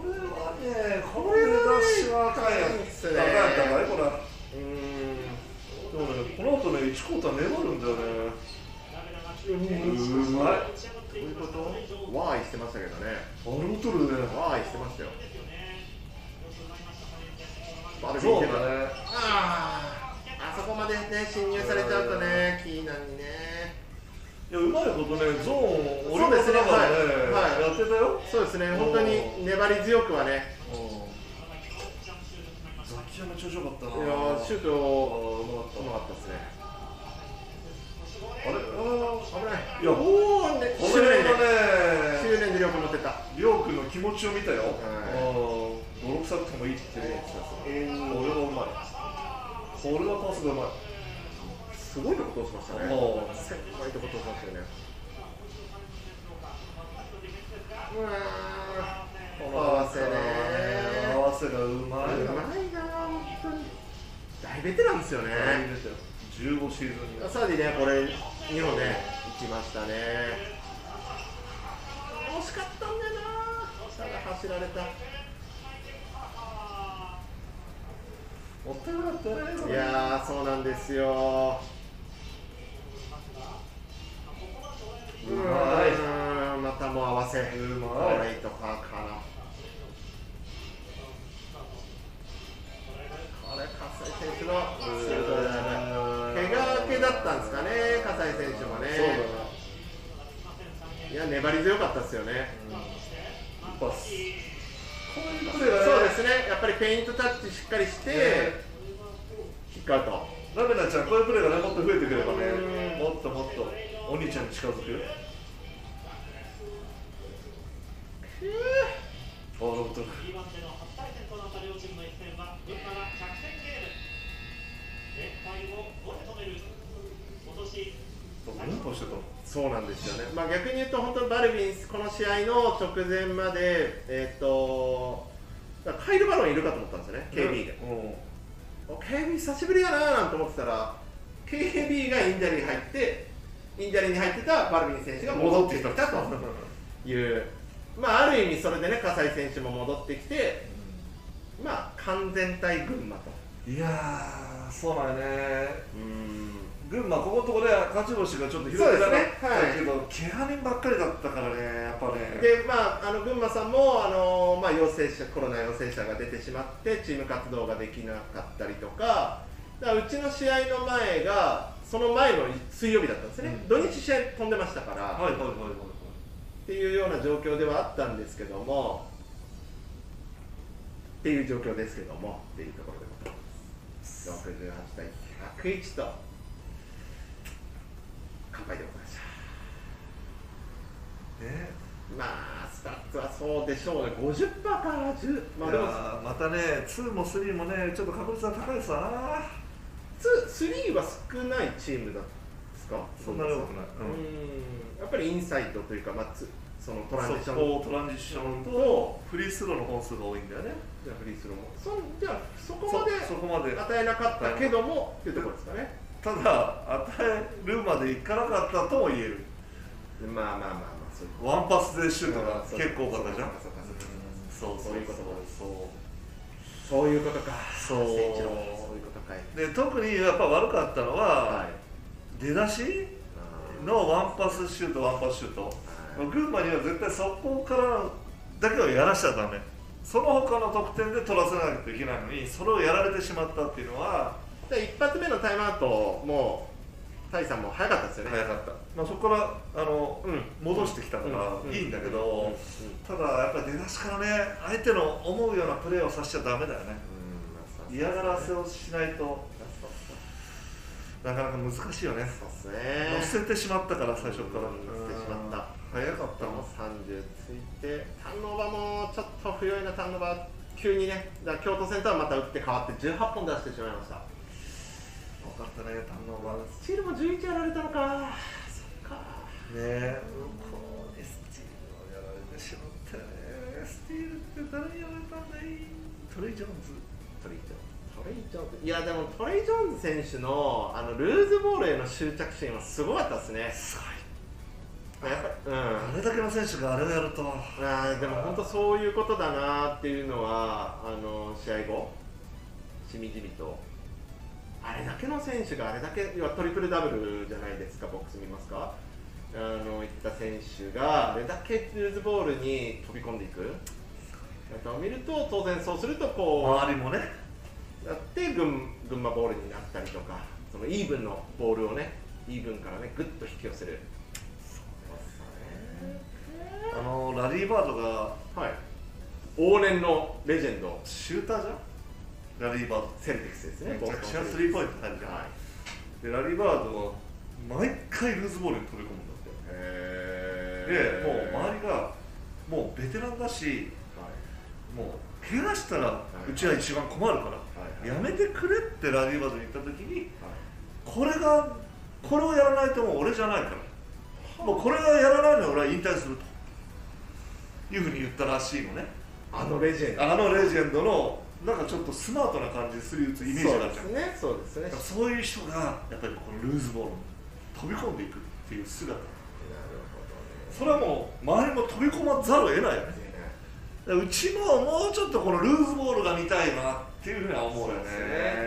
C: れはねこ
B: これ
C: れ
B: はね
C: ダッシュはあかんや
B: いい
C: ん
B: っすね
C: ダメやったかいこれ
B: うーん
C: でもね、この後ね、1クォーター粘るんだよね。うまい。
B: どういうことワーイしてましたけどね
C: あれも取るね。
B: ワーイしてましたよバルビーい
C: そ
B: うけば
C: だね。
B: あーあそこまでね侵入されちゃうとねキーナにね
C: いや、うまいことね、ゾーンを
B: そうですね
C: 折り込みながらね、
B: はいはい
C: やってたよ。
B: そうですね本当に粘り強くはね
C: ザキヤめちゃ良かった
B: い
C: な。
B: やーシュート
C: あーうまか
B: うまかったですね
C: った。あれあ
B: 危ない
C: いや
B: おおね
C: ーこ
B: 執念で
C: れはね、
B: 執念で両方持ってった
C: りょうくんの気持ちを見たよ。
B: は
C: うん泥臭くてもいいってね。これはうまい。これはパスがうまい。
B: すごいとこ通しましたね
C: おー
B: すごいとこ通しましたよねうわー合わせね
C: 合わせがうまい。
B: うまいなー本当に大ベテランですよね
C: 15シーズンに。
B: サディねこれ日本ね行きましたね惜しかったんだよなーただ走られた
C: もったいなかったね。こ
B: い
C: れ
B: やーそうなんですよ
C: うまい。
B: うーんまたも合わせ
C: うまい
B: これとかかなこれ葛西選手の鋭いね怪我明けだったんですかね葛西選手もね
C: そうだな。
B: いや粘り強かったですよね
C: パス。こういうプ
B: そう
C: レーが
B: で
C: ね。
B: すねやっぱりペイントタッチしっかりして
C: ね
B: 引っかかると
C: ラベナちゃん、こういうプレーがね、もっと増えてくればね、もっともっと、お兄ちゃんに近づくよ。あ、ロボット。
E: 2番手の初対戦となった両チームの一戦は群馬が100点ゲーム連敗を5で止める今年
C: 何パしてたの
B: そうなんですよね、まあ、逆に言うと、本当にバルビンス、この試合の直前まで、えっとだからカイル・バロンいるかと思ったんですよね、KB で。
C: うん。
B: お KB 久しぶりやなーなんて思ってたら、KB がインタビューに入って、インジャリーに入ってたバルビン選手が戻ってきた という、まあ、ある意味それでね、葛西選手も戻ってきて、まあ、完全体群馬と。
F: いやー、そうだよね。
B: うん
F: 群馬、ここのところで勝ち星がちょっと
B: そうですね
F: だ
B: はい
F: けど、怪我人ばっかりだったからね、やっぱね。
B: でまあ、あの群馬さんも、あのまあ、陽性者コロナ陽性者が出てしまってチーム活動ができなかったりとかだからうちの試合の前がその前の水曜日だったんですね、
F: うん
B: 土日試合飛んでましたから、
F: はいはいはいはいはい。
B: っていうような状況ではあったんですけどもっていう状況ですけどもっていうところでございます68対101と乾杯でございました
F: ね、
B: まあスタッツはそうでしょうね50%から10まあ
F: い
B: でも
F: やーまたね、2も3もね、ちょっと確率は高いですわな。
B: ツー3は少ないチームだったんですか
F: そんなことない
B: うんやっぱりインサイドというか、まあ、つそのトランジシ
C: そ
B: ョン
C: こをトランジションとフリースローの本数が多いんだよね
B: じゃあフリースローもそんじゃあそ
C: そ
B: こまで
C: そこまで
B: 与えなかったけどもっていうところですかね
C: ただ与えるまでいかなかったとも言える
B: まあまあまあまあそういう
C: ワンパスでシュート
B: あ
C: が
B: ーそう
C: 結構多かったじゃん
B: そうかそうか
C: そう
B: そうかそうかそういうことそういうこ
C: そう
B: とか
C: そう
B: 聖一郎そういうことかい
C: で特にやっぱ悪かったの
B: は
C: は、
B: い
C: 出だし
B: あ
C: のワンパスシュートワンパスシュート
B: ーはい
C: 群馬には絶対そこからだけはやらしちゃダメその他の得点で取らせないといけないのにそれをやられてしまったっていうのは
B: で一発目のタイムアウトもうタイさんも早かったですよね
C: 早かった、まあ、そこからあの、
B: うん
C: 戻してきたか
B: うん
C: らいいんだけど、
B: うんうん
C: ただやっぱり出だしからね相手の思うようなプレーをさせちゃダメだよね嫌がらせをしないとなかなか難しいよね
B: そうですね
C: 乗せてしまったから最初から
B: うん乗せてしまった
C: 早かった
B: も
C: も
B: うん30ついてターンオーバーもちょっと不要なターンオーバー急にねだから京都戦とはまた打って変わって18本出してしまいました
C: 分かったね堪能がね
B: スチールも11やられたのかそっか
C: え向こうにスティールをやられてしまったよねスティールって誰にやられたんだいトレイ・ジョーンズ
B: トレイ・ジョーンズトレイ・ジョーンズいやでもトレイ・ジョーンズ選手のあのルーズボールへの執着心はすごかったですね
C: すごい
B: やっぱりうん
C: あれだけの選手があれをやると
B: あーでも本当そういうことだなっていうのはあの試合後しみじみとあれだけの選手があれだけ要はトリプルダブルじゃないですかボックス見ますかあのいった選手があれだけルーズボールに飛び込んでいくだと見ると当然そうするとこ
C: 周りもね
B: うやって群群馬ボールになったりとかそのイーブンのボールをねイーブンからねぐっと引き寄せる
C: あのラリーバードが
B: はい往年のレジェンド
C: シューターじゃんラリーバード
B: セルティックスですね
C: めちゃくちゃスリーポイント入るじゃん、
B: はい
C: でラリーバードは毎回ルーズボールに飛び込むんだって
B: へ
C: でもう周りがもうベテランだしもう怪我したら
B: いう
C: ちは一番困るから、
B: い
C: やめてくれってラリーバードに言った時にこれがこれをやらないともう俺じゃないからもうこれがやらないのは俺は引退するというふうに言ったらしいのね
B: あのレジェンド
C: あのレジェンドのなんかちょっとスマートな感じでスリー打つイメージがあるじゃん
B: そうですねそうですね
C: だからそういう人がやっぱりこのルーズボールに飛び込んでいくっていう姿それはもう周りも飛び込まざるを得ないよねだからうちももうちょっとこのルーズボールが見たいなっていうふうには思うよね
B: ね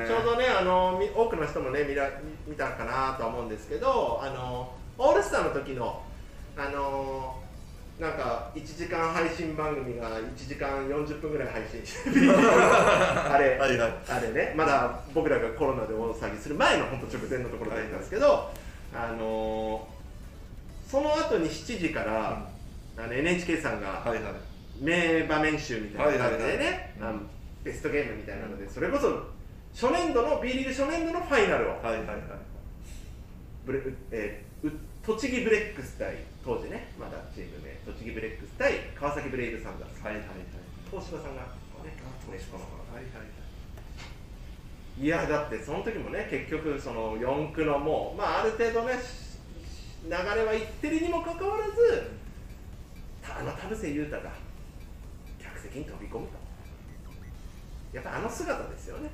B: ちょうどねあのみ多くの人もね見ら見たかなとは思うんですけどあのオールスターの時のあのなんか1時間配信番組が1時間40分ぐらい配信して あれ
C: はいはい
B: あれね、まだ僕らがコロナで大騒ぎする前の本当直前のところだったんですけど、あのーその後に7時から、あの NHK さんが
C: はいはい
B: 名場面集みたいな感じで
C: はいはいは
B: ね、あのベストゲームみたいなので、それこそ初年度の B リーグ初年度のファイナルを、
C: はいはいはい
B: ブレえーう栃木ブレックス対当時ね、まだチーム名栃木ブレックス対川崎ブレイブサンダース、
C: はいはいはい
B: 東芝さんが、ね、
C: はいはい
B: いやだってその時もね結局その4区のもう、まあ、ある程度ねし流れはいってるにもかかわらずたあの田臥勇太が客席に飛び込むとやっぱあの姿ですよね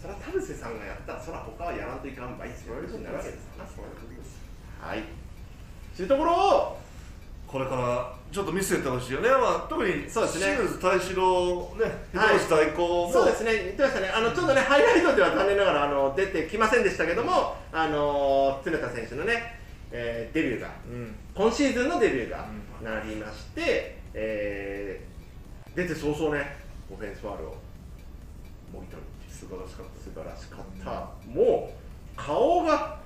B: それは田臥さんがやったらそら他はやらんといかんばいっていう話になるわけですから
C: そういうことですはい
B: そういうところを
C: これからちょっと見せてほしいよね、まあ、特に
B: そうですね
C: 清水大志郎、ね、
B: はい
C: 秀吉対抗も、
B: そうですね、言ってましたね、あのちょっとね、ハイライトでは残念ながらあの出てきませんでしたけども、あの常田選手のね、えーデビューが、
C: うん
B: 今シーズンのデビューがなりまして、えー出て早々ね、オフェンスファールをもぎ取るっていう、素晴らしかった、素晴らしかった、もう顔が、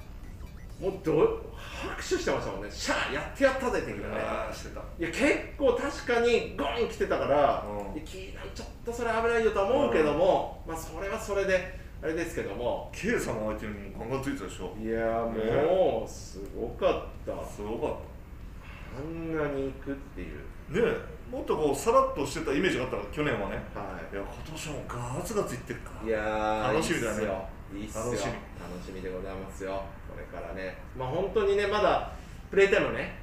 B: もうど拍手してましたもんね、シャー、やってやったぜ的なね。
C: あーしてた
B: いや結構確かにゴン来てたから、
C: うん
B: いやきちょっとそれ危ないよとは思うけども、まあそれはそれであれですけども
C: K 様相手にも考えついてたでしょ
B: いやーもうすごかった
C: すごかっ
B: あんなに行くっていう
C: たねもっとこうさらっとしてたイメージがあったから去年はね
B: はい
C: や今年はもうガツガツいってるから
B: いやー
C: 楽しみだね
B: いいっすよいいっすよ
C: 楽
B: 楽
C: し
B: し
C: み
B: みでございますよこれからねまあ本当にねまだプレータイムね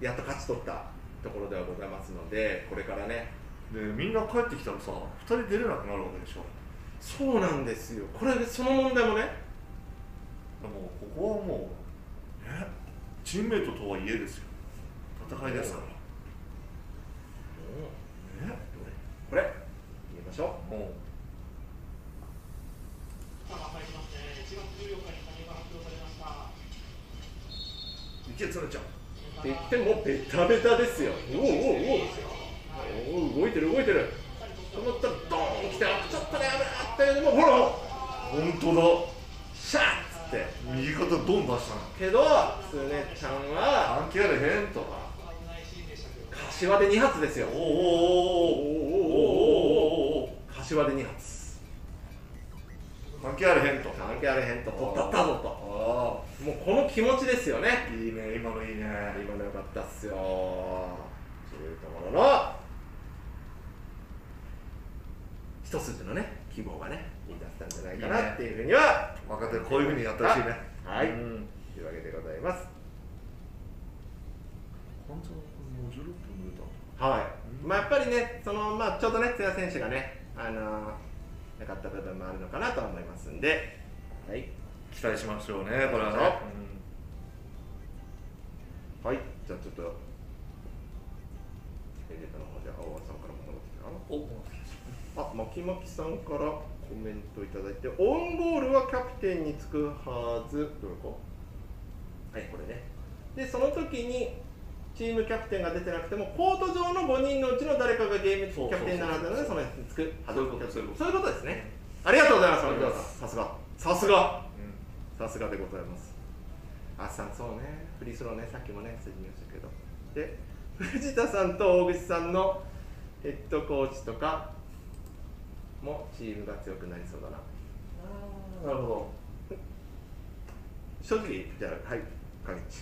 B: やっと勝ち取ったところではございますのでこれからね
C: でみんな帰ってきたらさ2人出れなくなるわけでしょ
B: そうなんですよこれその問題もね
C: でもここはもうねチームメイトとはいえですよ戦いですか
B: うん
C: らね
B: これ見ましょう
C: も
E: さあ、参りますね。1月14日に加入が発表されました。
C: ういけつねちゃん
B: って言ってもベタベタですよおおおうおうおうおう動いてる動いてると思ったらドーン来てあちょっとね危なかったよでもほら
C: 本当
B: シャッつって
C: だ右肩ドン出したの
B: けどスネちゃんは
C: 関係あれへんとか
B: 柏で2発ですよ
C: おーおー
B: お
C: おーおーおーおーおーおー
B: 柏で2発
C: 関係あれへんと
B: 関係あれへんと取ったったぞと
C: あ
B: もうこの気持ちですよね
C: あいいね今のいいね
B: 今の良かったっすよというところの一筋のね希望がね見出せたんじゃないかなっていうふうには
C: 若手こういうふうにやってほしいね
B: はい、
C: うん
B: というわけでございます
C: 本当もう16分出た
B: はい、まあ、やっぱりねその、まあ、ちょうどね津田選手がね、あのーなかった部分もあるのかなと思いますんで、はい
C: 期待しましょうねこれはね
B: そうはい、じゃあちょっとエレーターの方じゃあ大和さんからも戻ってきたかな
C: お
B: あ、まきまきさんからコメントいただいて、オンゴールはキャプテンにつくはず。どれかはい、これね。で、その時に、チームキャプテンが出てなくても、コート上の5人のうちの誰かがゲームキ
C: そう
B: ャプテンにならずなので、その人につくはず。
C: そういうことそういうこと
B: そういうことですね。ありがとうございます、
C: ありがとうござ
B: さ
C: い
B: すが。さすが。
C: うん
B: さすがでございます。あっさん、そうね、フリースローね、さっきもね、説明したけど。で、藤田さんと大口さんのヘッドコーチとかもチームが強くなりそうだな。
C: なるほど
B: 正直、じゃあ、はい、カリッチ。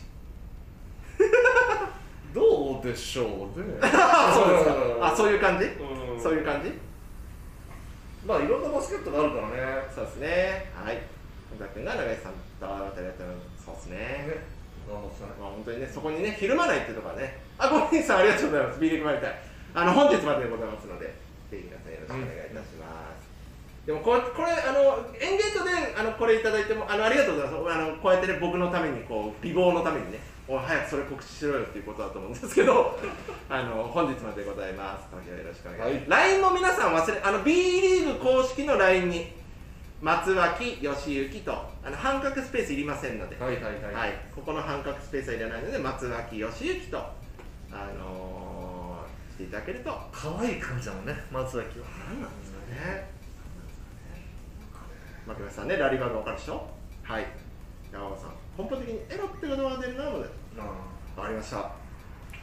C: どうでし ょうね
B: あ、そうですか。あ、そういう感じ
C: うん
B: そういう感じ
C: まあいろんなバスケットがあるからね
B: そうですね。はい。本田君が長井さんとあたりだったら、そうですね。
C: 頑張ってたね
B: まあ、本当にね、そこにね、ひるまないっていうところはね、あ、ごめんさん、ありがとうございます。ビリーグマリタイあの、本日まででございますので、ぜひ皆さんよろしくお願いいたします。でもこれ、これ、あの、エンゲートで、あの、これいただいても、あの、ありがとうございます。あの、こうやってね、僕のために、こう、美貌のためにね、お早くそれ告知しろよっていうことだと思うんですけど、 あの、本日まででございます。投票よろしくお願いします。LINE も皆さん忘れ、あの、B リーグ公式の LINE に、松脇、義行と、あの、半角スペースいりませんので、
C: はいはいはい、
B: はい、ここの半角スペースはいらないので松脇義行と、あのーしていただけると
C: 可愛い感じだもんね松崎は
B: 何なんですかね牧村さんねラリバーが分かるでしょはい山本さん根本的にエロって言葉が出るなので
C: あ
B: 分かりましたは
C: あ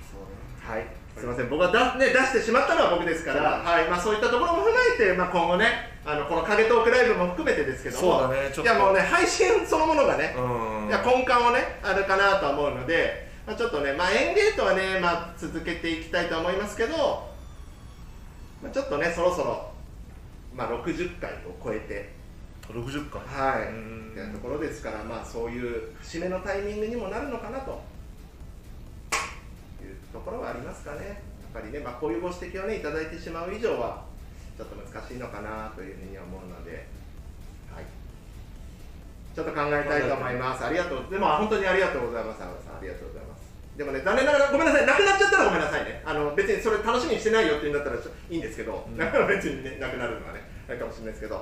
C: そうね
B: いすいません僕はだ、ね、出してしまったのは僕ですから、はいまあ、そういったところも踏まえて、まあ、今後ねあのこの影トークライブも含めてですけども
C: そうだねちょっと
B: いやもうね配信そのものがね、
C: うん
B: いや根幹をねあるかなとは思うので、まあ、ちょっとね、まあ、エンゲートはね、まあ、続けていきたいと思いますけど、まあ、ちょっとねそろそろ、まあ、60回を超えて
C: 60回
B: は
C: う
B: い
C: ん
B: ってなところですから、まあ、そういう節目のタイミングにもなるのかなというところはありますかねやっぱりね、まあ、こういうご指摘をねいただいてしまう以上はちょっと難しいのかなというふうに思うので、はい、ちちょっと考えたいと思います。ありがとう。でも本当にありがとうございます。青田さんありがとうございます。でもね、残念ながらごめんなさい。なくなっちゃったらごめんなさいね。あの別にそれ楽しみにしてないよって言うんだったらちょいいんですけど、だから 別にねなくなるのはねあれかもしれないですけど。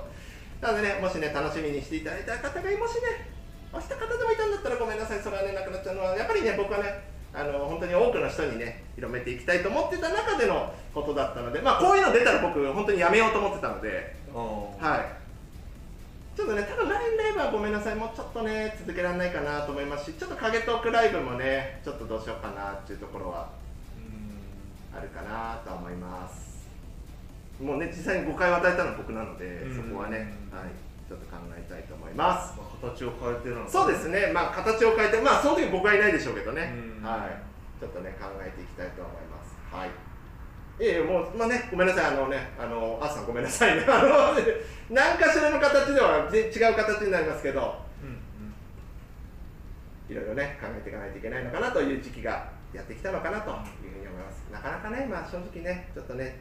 B: なのでね、もしね楽しみにしていただいた方がもしね、明日方でもいたんだったらごめんなさい。それはねなくなっちゃうのはやっぱりね僕はね。あの本当に多くの人にね広めていきたいと思ってた中でのことだったので、まあ、こういうの出たら僕本当にやめようと思ってたので
C: は
B: はい。ちょっとね、多分 LINE ライブはごめんなさい、もうちょっとね、続けられないかなと思いますし、ちょっと影トークライブもね、ちょっとどうしようかなっていうところはあるかなとは思います。もうね、実際に誤解を与えたのは僕なので、
C: うん
B: そこはね、はい、ちょっと考えたいと思います。
C: 形を変えてるの
B: そうですね、まあ、形を変えて、まあ、その時僕はいないでしょうけどね、
C: うん
B: はい、ちょっとね、考えていきたいと思います。はいいえいえもう、まあね、ごめんなさい、あのね、あの、あっさんごめんなさいね、 あの、何かしらの形ではぜ違う形になりますけど、
C: うん
B: いろいろね、考えていかないといけないのかなという時期がやってきたのかなというふうに思います。なかなかね、まあ正直ね、ちょっとね、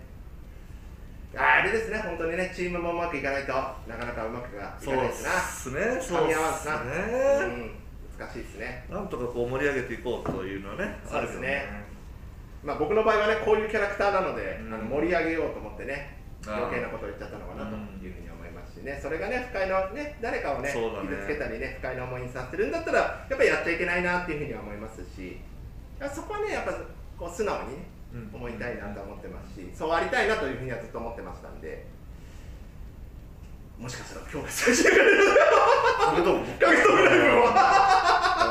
B: ああれですね、本当にね、チームもうまくいかないとなかなかうまくはい
C: そ
B: か
C: う
B: ない
C: で
B: ですな。
C: すねそ
B: 噛
C: う
B: み
C: で
B: 合わず
C: す
B: な、う
C: ね
B: ん、難しいですね。
C: なんとかこう盛り上げていこうというのはね
B: そうですね
C: あるよね
B: まあ、僕の場合はねこういうキャラクターなので、
C: うん
B: あの盛り上げようと思ってね
C: あー
B: 余計なことを言っちゃったのかなと
C: うん
B: いうふうに思いますしね、それがね不快のね誰かをね
C: そうだね
B: 傷つけたりね不快な思いにさせるんだったらやっぱりやっちゃいけないなっていうふうには思いますしそこはねやっぱこう素直にね
C: うん
B: 思いたいなとは思ってますし、そうありたいなというふうにはずっと思ってましたんでもしかしたら今日が最終回の
D: それとも
B: 格闘ライブも
C: そうね難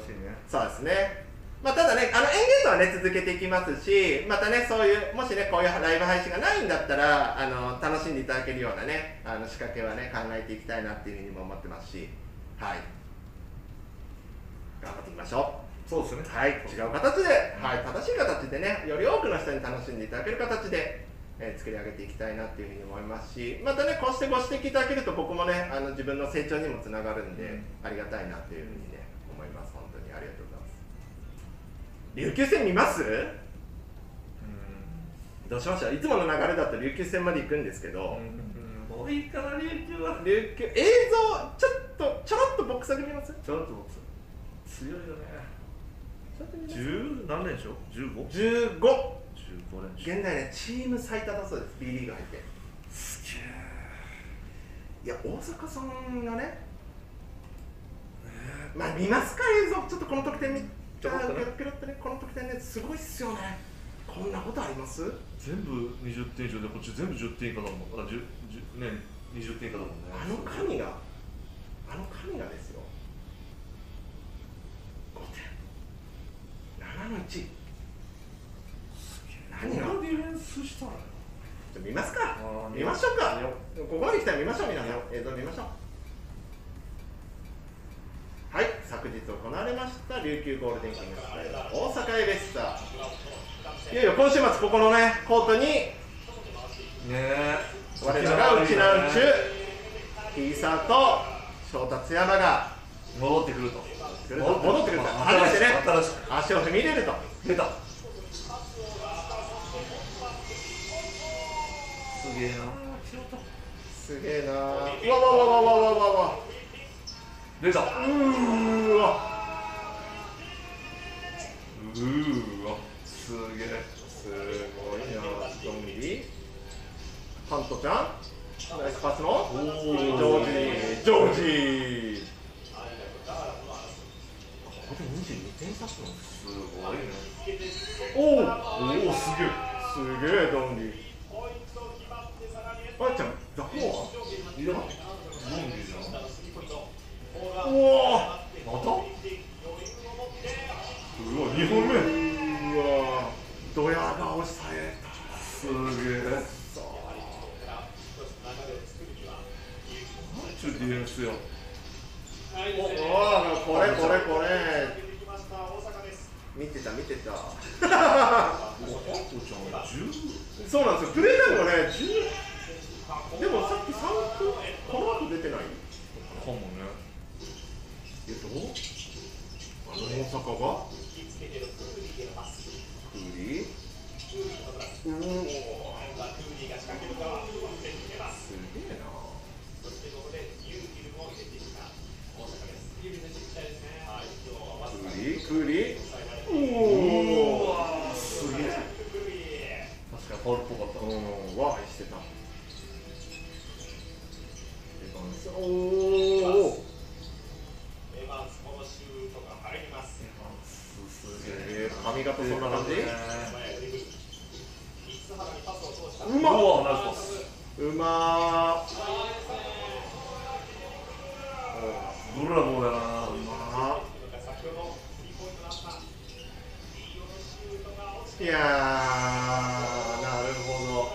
C: しいね
B: そうですね。まあ、ただね、あの、エンゲージはね、続けていきますし、またね、そういう、もしね、こういうライブ配信がないんだったら、あの、楽しんでいただけるようなね、あの、仕掛けはね、考えていきたいなっていうふうにも思ってますし、はい。頑張っていきましょ
C: そうですね
B: う。はい、違う形で、はい、正しい形でね、より多くの人に楽しんでいただける形で、えー作り上げていきたいなっていうふうに思いますし、またね、こうしてご指摘いただけると、僕もね、あの、自分の成長にもつながるんで、
C: うん
B: ありがたいなっていうふうにね、思います。本当にありがとうございます。琉球戦見ます
C: う
B: どうしましたいつもの流れだと琉球戦まで行くんですけ
C: ん
B: ど、
C: うんもういいかな琉球は
B: 琉球映像ちょっとちょろっとボックスだけ見ますち
C: ちょっと僕強いよね
B: ょっと見ます
C: 十何連勝 ?15?15
B: 15
C: 連勝
B: 現在ねチーム最多だそうです B リーグ入って
C: すげ
B: いや大阪さんがねまあ見ますか映像ちょっとこの得点見
C: ちょこっとね
B: ペロッとねこの得点ねすごいっすよねこんなことあります
C: 全部20点以上でこっち全部10点以下だもんあ10 10ね20点以下だもんね
B: あの神があの神がですよ5点7の1何が
C: 何がディフェンスしたのよ
B: じゃあ見ますか
C: あー
B: 見ましょうか
C: 見よ
B: ここまで来たら見ましょう皆さん
C: 見よ
B: 映像見ましょうはい昨日行われました琉球ゴールデンキングス対大阪エベッサいよいよ今週末ここのねコートに
C: ねえ
B: 我らがうちなうちゅ T サーと翔達山が
C: 戻ってくると
B: 来ると戻ってくると
C: まあ
B: 初めてね
C: 新しい
B: 足を踏み入れると
C: 出たすげえな
B: すげえなーうわわわわわわわわ
C: 出たう
B: うーわ
C: ーわすげえ
B: すごいなどんぐりハントちゃんナイスパスの
C: お
B: ジョ
C: お
B: ージジョージここで22点差すの
C: すごいね
B: おお
C: おおすげえ
B: すげえどんぐりあやちゃんザコ
C: いやゾンビじゃん
B: アうわ
C: またうわ2本目
B: ーうわドヤ顔さえ
C: すげえちょっとディフェンスよ
B: たおおこれこれこれ見てた見てた
C: おっちゃん10
B: そうなんですよプレータイムがね10でもさっき3分この後出てない
C: かもね
B: えっと、あの大阪がクーリーうおーすげえなおお
C: わーすげえ確かにファウルっぽかった
B: は愛してたおお
E: エヴァンスこのシュートが入ります
C: すげえ
B: えー髪型そんな感じ
E: 前へ出口三つ原にパスを通した
B: う
C: う
B: まっ
C: わナイスパス
B: うまー
C: ブラボーやな
B: あ
E: 先ほどスリーポイントだったリオのシュートが落ちて
B: いやーなるほど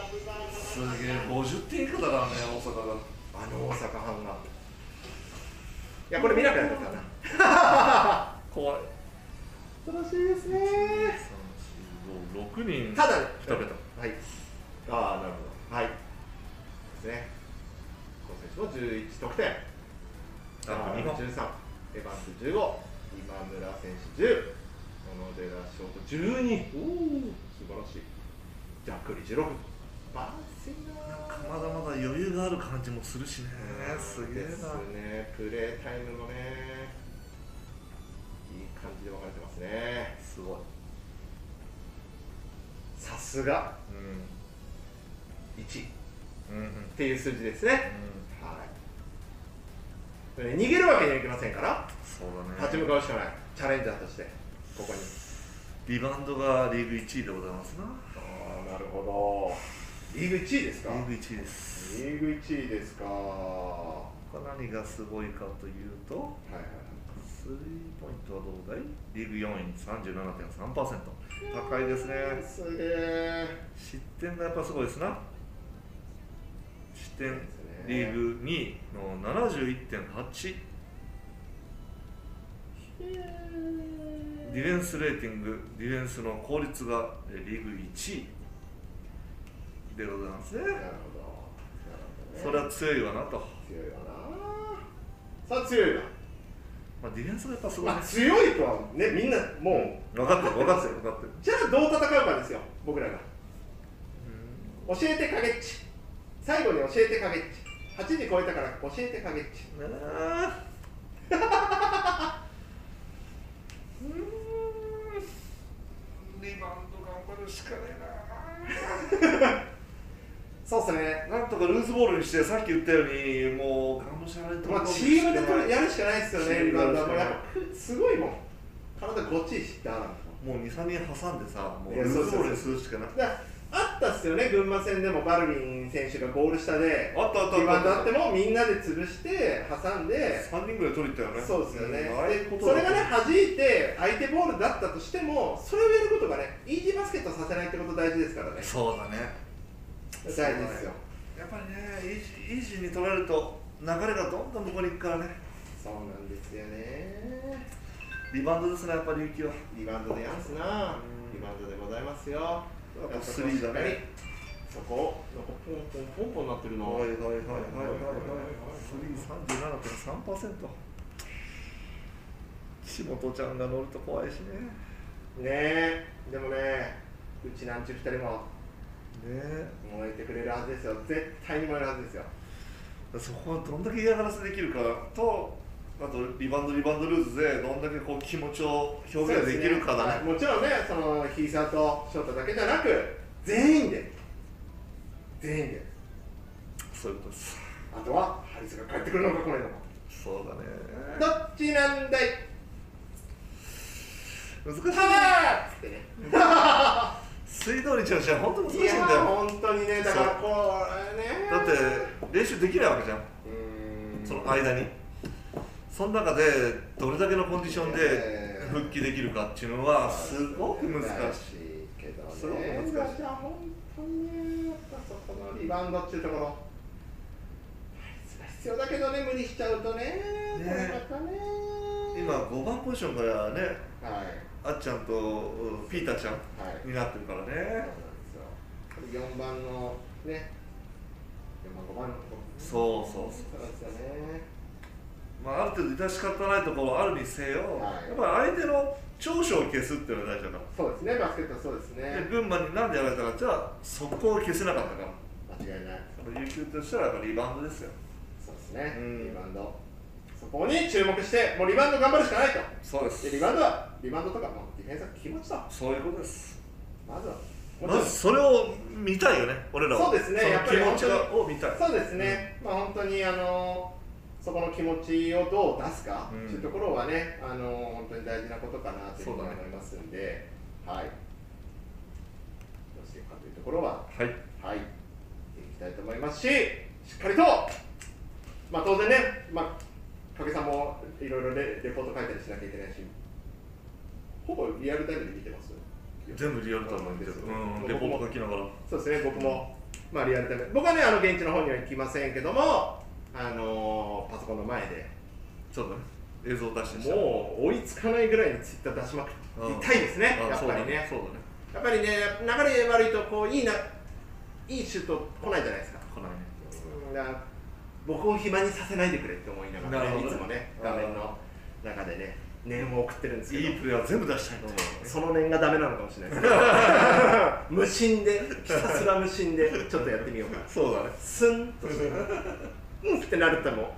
C: すげえ50点以下だからね大阪が
B: あの大阪阪がいやこれ見なくなっちゃったな
C: 怖い
B: 楽しいですね
C: 6人
B: ただね
C: 二桁
B: はいああなるほどはいですねこの選手も11得点
C: あ
B: あ
C: 二
B: ー
C: 番
B: 13エヴァンス15今村選手10小野寺翔子12おお素晴らしいジャックリ16バーセナー
C: まだまだ余裕がある感じもするしねすげえ
B: です
C: な
B: ねプレータイムもねいい感じで分かれてますね
C: すごい
B: さすが
C: う
B: 1っ
C: んうんうん
B: ていう数字ですねはいこれ逃げるわけにはいきませんから
C: そうだ
B: 立ち向
C: ね
B: かうしかないチャレンジャーとしてここに
C: リバウンドがリーグ1位でございますな
B: ああなるほどリーグ1位ですか
C: リーグ1位です
B: リーグ1位ですかは
C: これ何がすごいかというと
B: いはい
C: スリーポイントはどうだいリーグ4位37.3%高いですね
B: すげえ
C: 失点がやっぱすごいですな失点
B: ですね
C: リーグ2位の71.8ディフェンスレーティングディフェンスの効率がえーリーグ1位でございますね
B: なるほどなるほどね
C: それは強いわなと、
B: 強いわなさあ強いわ
C: まあ、ディフェンスがやっぱすごい
B: ま
C: ね
B: あ強いとはねみんなもう
C: 分かってる分かってる分かってる
B: じゃあどう戦うかですよ僕らが教えてカゲッチ最後に教えてカゲッチ8時超えたから教えてカゲッチ
C: ねえリバウンド頑張るしかね
B: そうっすね
C: えななんとかルーズボールにしてさっき言ったようにもうがむしゃらに
B: まあ
C: に
B: チ
C: して
B: ームでこれやるしかないですよ
C: チ
B: ね
C: ーム
B: リ
C: で
B: バ
C: や
B: ウン
C: るし
B: ドはもう
C: かない
B: やっぱすごいもん体ごっちりしてあらん
C: もう23人挟んでさもう
B: い
C: ル
B: や
C: ーズボ
B: そうそうそ
C: ー
B: う
C: ルにするしかなくて
B: だあったっすよね群馬戦でもバルミン選手がゴール下で
C: あったあったあった
B: リバウンドあってもみんなで潰して挟んで
C: 3人ぐらい取りに行ったよね
B: そうですよね、
C: んああいうこと
B: それがね
C: ね
B: 弾いて相手ボールだったとしてもそれをやることがねイージーバスケットさせないってこと大事ですからね
C: そうだね
B: 大事ですよ
C: やっぱりねイージイージーに取られると流れがどんどん向こうに行くからね
B: そうなんですよね
C: リバウンドですねやっぱり琉球は
B: リバウンドでやんすな
C: うん
B: リバウンドでございますよやっぱ
C: スリーだね
B: そこなんかポンポンポンポンなってるな
C: はいはいはいはいはいはい。スリー三十七点三パーセント。岸本ちゃんが乗ると怖いし
B: ね
C: ね。ね
B: えでもねうちなんちゅう2人も
C: え。
B: 燃えてくれるはずですよ絶対に燃えるはずですよ
C: そこはどんだけ嫌がらせできるかと、あとリバウンドリバウンドルーズでどんだけこう気持ちを表現できるかだね。
B: もちろんねそのヒーサーと翔太だけじゃなく全員で全員で
C: そういうことです。
B: あとはハリスが帰ってくるのか来ないのか
C: そうだね。
B: どっちなんだい
C: 難しい
B: パワ
C: ね。
B: ーっつってね
C: 水道にちゃうし、本当に難しいん
B: いや
C: だよ。
B: 本当にねだからこうね
C: だって練習できないわけじゃん。
B: うーん
C: その間にその中でどれだけのコンディションで
B: えー
C: 復帰できるかっていうのはすごく難しい
B: いけどね
C: すごく難しい
B: じゃあ本当にねやっぱそこのリバウンドっていうところ必要だけどね無理しちゃうとね
C: ね
B: これまたね
C: 今
B: はい
C: 5番ポジションからねあっちゃんとうんピーターちゃん
B: はい
C: になってるから
B: そう
C: ね
B: なんですよ4番のね4番5番のとこ
C: そうそうそう
B: そうなんですよね
C: まあある程度致し方ないところはあるにせよ、
B: はい
C: やっぱり相手の長所を消すっていうのが大事だか
B: そうですねバスケットはそうです
C: らで
B: ね
C: 群馬になんでやられたかじゃあそこを消せなかったから
B: 間違いない
C: やっぱ琉球としたらやっぱリバウンドですよ
B: そうですね
C: うん
B: リバウンドそそこに注目して、もうリバウンド頑張るしかないと。
C: そうです
B: でリバウンドは、リバウンドとかもうディフェンスは気持ちだ。
C: そういうことです
B: まずは。
C: まずそれを見たいよね俺らは
B: そうですね
C: の
B: やっぱり
C: 気持ちを見たい
B: そうですね、まあ、本当にあのそこの気持ちをどう出すかと、
C: うん
B: いうところはねあの本当に大事なことかなというふうに
C: そう
B: 思
C: だね
B: いますんで、はいどうしていくかというところは
C: はい
B: はいいきたいと思いますししっかりと、まあ、当然ね、まあ、影さんもいろいろレレポート書いたりしなきゃいけないしほぼリアルタイムで見てます
C: 全部リアルタイムで見てるうんレポート書きながら
B: そうですね、僕も、まあ、リアルタイム、僕はね、あの現地の方には行きませんけども、あのーパソコンの前で、
C: そうだね映像出してした
B: もう追いつかないぐらいにツイッター出しまくって、
C: うん
B: 痛いですね、
C: あ
B: やっ
C: そう
B: ぱ
C: だ
B: りね。
C: そうだね
B: やっぱりね、流れ悪いと、こういいな、いいシュート来ないじゃないですか。
C: 来ないね
B: うんだから僕を暇にさせないでくれって思いながら、
C: なる
B: ね、い
C: ほど
B: つもね、画面の中でね、念を送ってるんですけど。
C: いいプレーは全部出したいと思う
B: その念がダメなのかもしれないです けど無心でひたすら無心でちょっとやってみようかな
C: そうだね
B: スンとしてうんってなるとも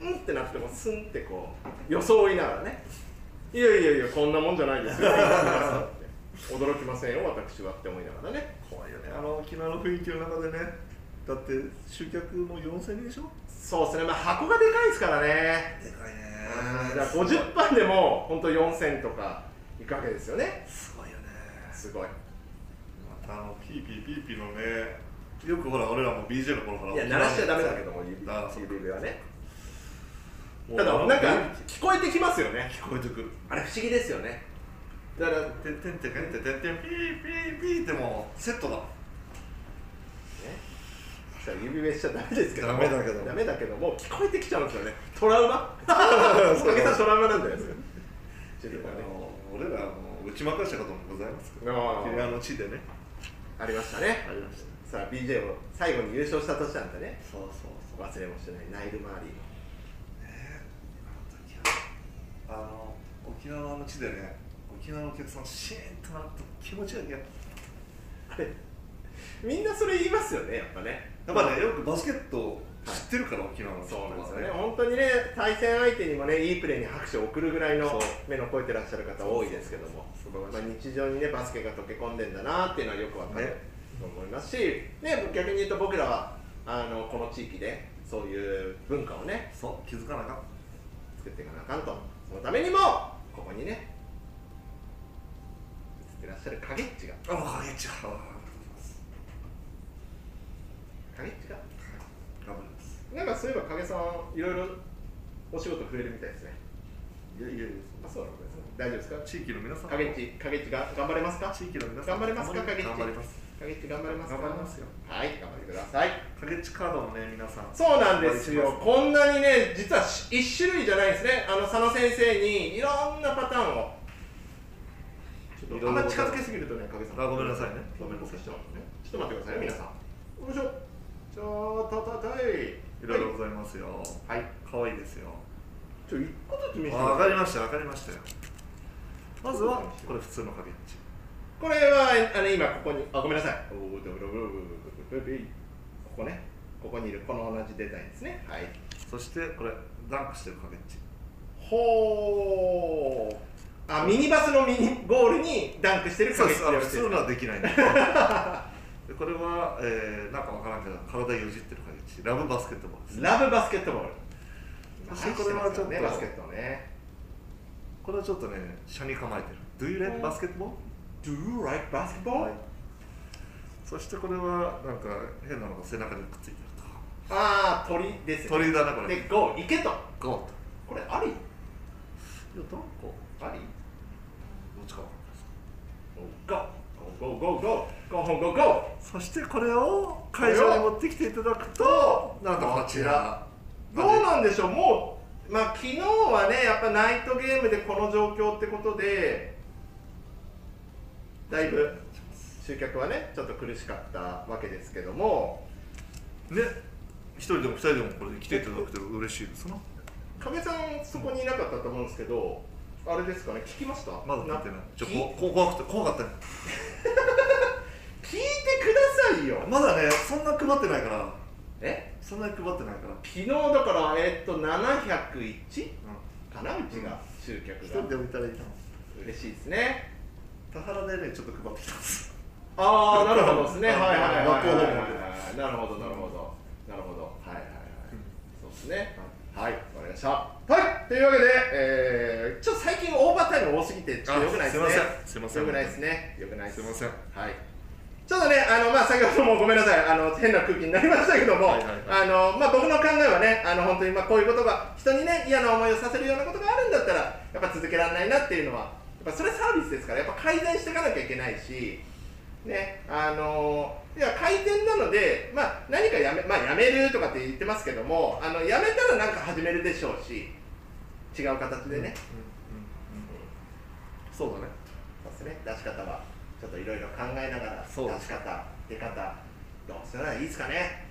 B: うんってなってもスンってこう装いながらねいやいやいやこんなもんじゃないです よ驚きませんよ私はって思いながらね
C: 怖いよねあの沖縄の雰囲気の中でねだって集客も4000人でしょ
B: そうですねまあ箱がでかいですからね
C: でかいね
B: だから50番でも本当4000とかいくわけですよね
C: すごいよね
B: すごい
C: またあのピーピーピーピーのねよくほら俺らも BJ の頃から
B: いや鳴らしちゃダメだけども指
C: あーそう
B: 指ではね
C: もう
B: ただなんか聞
C: 聞
B: こえてきますよね
C: こえてくる
B: あれ不思議ですよねだからね
C: てんてんてんてんてんてんてんピーピーピーってもうセットだ
B: さあ指名しちゃダメですけども
C: ダメだけど
B: ダメだけども聞こえてきちゃうんですよねトラウ マおかげさんトラウマなんじゃないですかちょっと
C: あ
B: ね
C: の俺らもう打ち負かしたこともございますけど
B: あー
C: 沖縄の地でね
B: ありましたね
C: ありました
B: さあ BJ を最後に優勝した年なんてね
C: そうそうそう
B: 忘れもしてないナイル・マーリーの
C: あの沖縄の地でね沖縄のお客さんシーンとなると気持ちがいいやっ
B: あれみんなそれ言いますよねやっぱね
C: ぱねよくバスケットを知ってるから、沖縄の
B: そ
C: 人
B: う
C: は
B: なんですよね、本当にね、対戦相手にもね、いいプレーに拍手を送るぐらい
C: そ
B: の
C: う
B: 目の肥えてらっしゃる方、多いですけども、まあ、日常にね、バスケが溶け込んでんだなっていうのはよくわかる
C: ね
B: と思いますし、ね、逆に言うと、僕らはあのこの地域で、そういう文化をね、
C: そう気づかなかっ
B: 作っていかなあかんと、そのためにも、ここにね、映ってらっしゃる影っちが、
C: たああ影ちゃん頑
B: 影っちが、
C: 張ります
B: なんかそういえば影さん、いろいろお仕事増えるみたいですね。
C: いやいやいや
B: あそうなんですね大丈夫ですか
C: 地域の皆さん
B: 影地影地が頑張れますか
C: 地域の皆さん
B: 頑張れますか影地
C: 頑張ります
B: 影地頑張れますか
C: 頑張りますよ
B: はい頑張ってください
C: 影地カードもね皆さん
B: そうなんです
C: 頑
B: よ
C: 張り
B: こんなにね実はし一種類じゃないですねあの佐野先生にいろんなパターンをちょっとあんま近づけすぎるとね影さん
C: あごめんなさいね
B: ご
C: ご
B: めん
C: めん
B: な
C: な
B: さい
C: さい
B: ちょっと待ってくださいね皆さんよいしょちょーたたたい
C: いろいろございますよ
B: はい
C: 可愛いですよ
B: ちょ一個ずつ見せてくだ
C: あ
B: さい
C: 分かりました分かりましたよまずはこれ普通の影地
B: これはあの今ここにあごめんなさいおードブドブドブドブドブここねここにいるこの同じデザインですねはい
C: そしてこれダンクしてる影地
B: ほーあミニバスのミニゴールにダンクしてる
C: そう
B: 影
C: で
B: ってやつ
C: すあの普
B: です
C: 通のはできないん ででこれは、えーなんかわからんけど体よじってる感じラブバスケットボールです
B: ラブバスケットボール
C: そしてこれはちょっと
B: ねバスケットね
C: これはちょっとね車に構えてる Do you like basketball?
B: Do you like basketball?、
C: はいそしてこれはなんか変なのが背中にくっついてる
B: ああ鳥です
C: と
B: ね
C: 鳥だなこれ
B: でゴー行けと
C: ゴーと
B: これあり
C: いやどこ
B: あり
C: どっちかわかんないです
B: ゴーゴーゴーゴーゴーゴーゴーゴー
C: そしてこれを会場に持ってきていただくとなんとこちら
B: どうなんでしょう、もう、まあ昨日はね、やっぱナイトゲームでこの状況ってことで、だいぶ集客はね、ちょっと苦しかったわけですけども、
C: ね一人でも二人でもこれに来ていただくと嬉しいですな
B: 影さん、そこにいなかったと思うんですけど、あれですかね、聞きました
C: まだなってないちょ
B: 聞い
C: ここ怖くて怖かったね
B: 聞いてくださいよ、
C: まだねそんな配ってないから
B: え
C: そんなに配ってないから
B: 昨日だからえーっと701
C: う
B: かなうちが集客
C: 一
B: が
C: 人で置いたらいいな
B: 嬉しいですね
C: 田原でねちょっと配ってきたんです
B: ああなるほどですね
C: う
B: は
C: ん
B: いはいはいはい
C: 学校でも
B: はいなるほどなるほどなるほどはいはいはいそうですねはいわかりましたはいというわけで、えー、ちょっと最近オーバータイム多すぎてちょっと良くないですね
C: あすいませんすいません
B: 良くないですね良くないです
C: すいません
B: はいちょっとね、あのまあ、先ほどもごめんなさいあの、変な空気になりましたけども、
C: はいはい
B: あ
C: は
B: のまあ、僕の考えはね、あの本当にまあこういうことが、人にね、嫌な思いをさせるようなことがあるんだったら、やっぱ続けられないなっていうのは、やっぱそれはサービスですから、やっぱ改善していかなきゃいけないし、ね、あのいや改善なので、まあ、何かやめ,、まあ、やめるとかって言ってますけども、あのやめたらなんか始めるでしょうし、違う形でね。
C: そうだね
B: そうですね、出し方はちょっといろいろ考えながら、
C: そう
B: 出し方、出方、どうしたらいいですかね。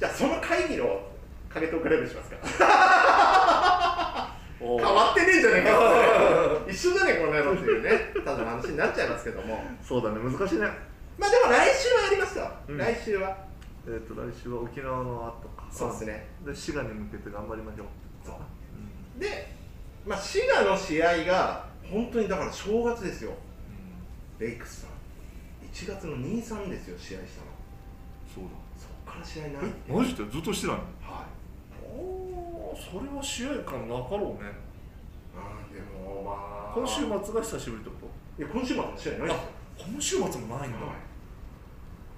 B: じゃあ、その会議の影トークレベルしますか。
C: お
B: 変
C: ー
B: わってねえじゃねえか、 一緒じゃねえか、この野郎っていうね、ただの話になっちゃいますけども、
C: そうだね難しいね
B: まあでも来週はやりますよ、
C: うん
B: 来週は。
C: えっ、と来週は沖縄の後か
B: そうですね
C: で滋賀に向けて頑張りましょう
B: そう
C: う
B: で、まあ、滋賀の試合が、本当にだから正月ですよ、
C: ん、うん、
B: レイクスさん、1月の2、3ですよ、試合したの。
C: そうだ
B: そっから試合ない。
C: えマジでずっとしてないの
B: はい
C: おおそれは試合感なかろうね
B: あーでもまあ
C: 今週末
B: いや
C: が久しぶりってこと
B: 今週末の試合ないですよ
C: 今週末もないんだ、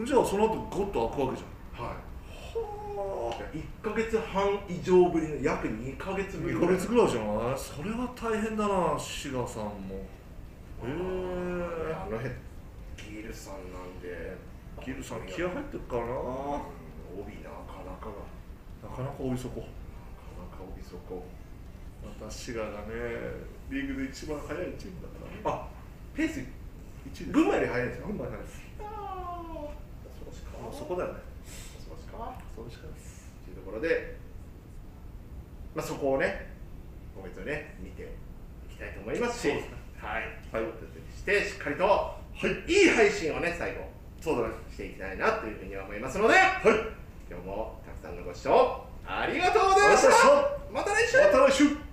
C: じゃあその後ゴッと開くわけじゃん
B: はい1か月半以上ぶりの約2か月ぶり
C: 2ヶ月ぐらいじゃないそれは大変だな志賀さんもへ
B: えあ
C: え
B: の辺ギルさんなんで
C: ギルさん気合入ってるからな
B: うん帯なかなかが
C: なかなかおいそこ
B: なかなか帯そこ
C: また志賀がねリーグで一番速いチームだからね
B: あペース
C: 一
B: 群馬より速いんですよ
C: 群馬速いです
B: あそうしか
C: あそこだよね
B: そうしか
C: それしかないです
B: っていうところで、まあ、そこをね、今月をね、見ていきたいと思いますし、
C: そうですね
B: はい、
C: はい
B: ということでして、しっかりと、い、い配信をね、最後、
C: そうだね
B: していきたいなというふうには思いますので、今日もたくさんのご視聴ありがとうございました。
C: ありがとうございま
B: また来週
C: また来週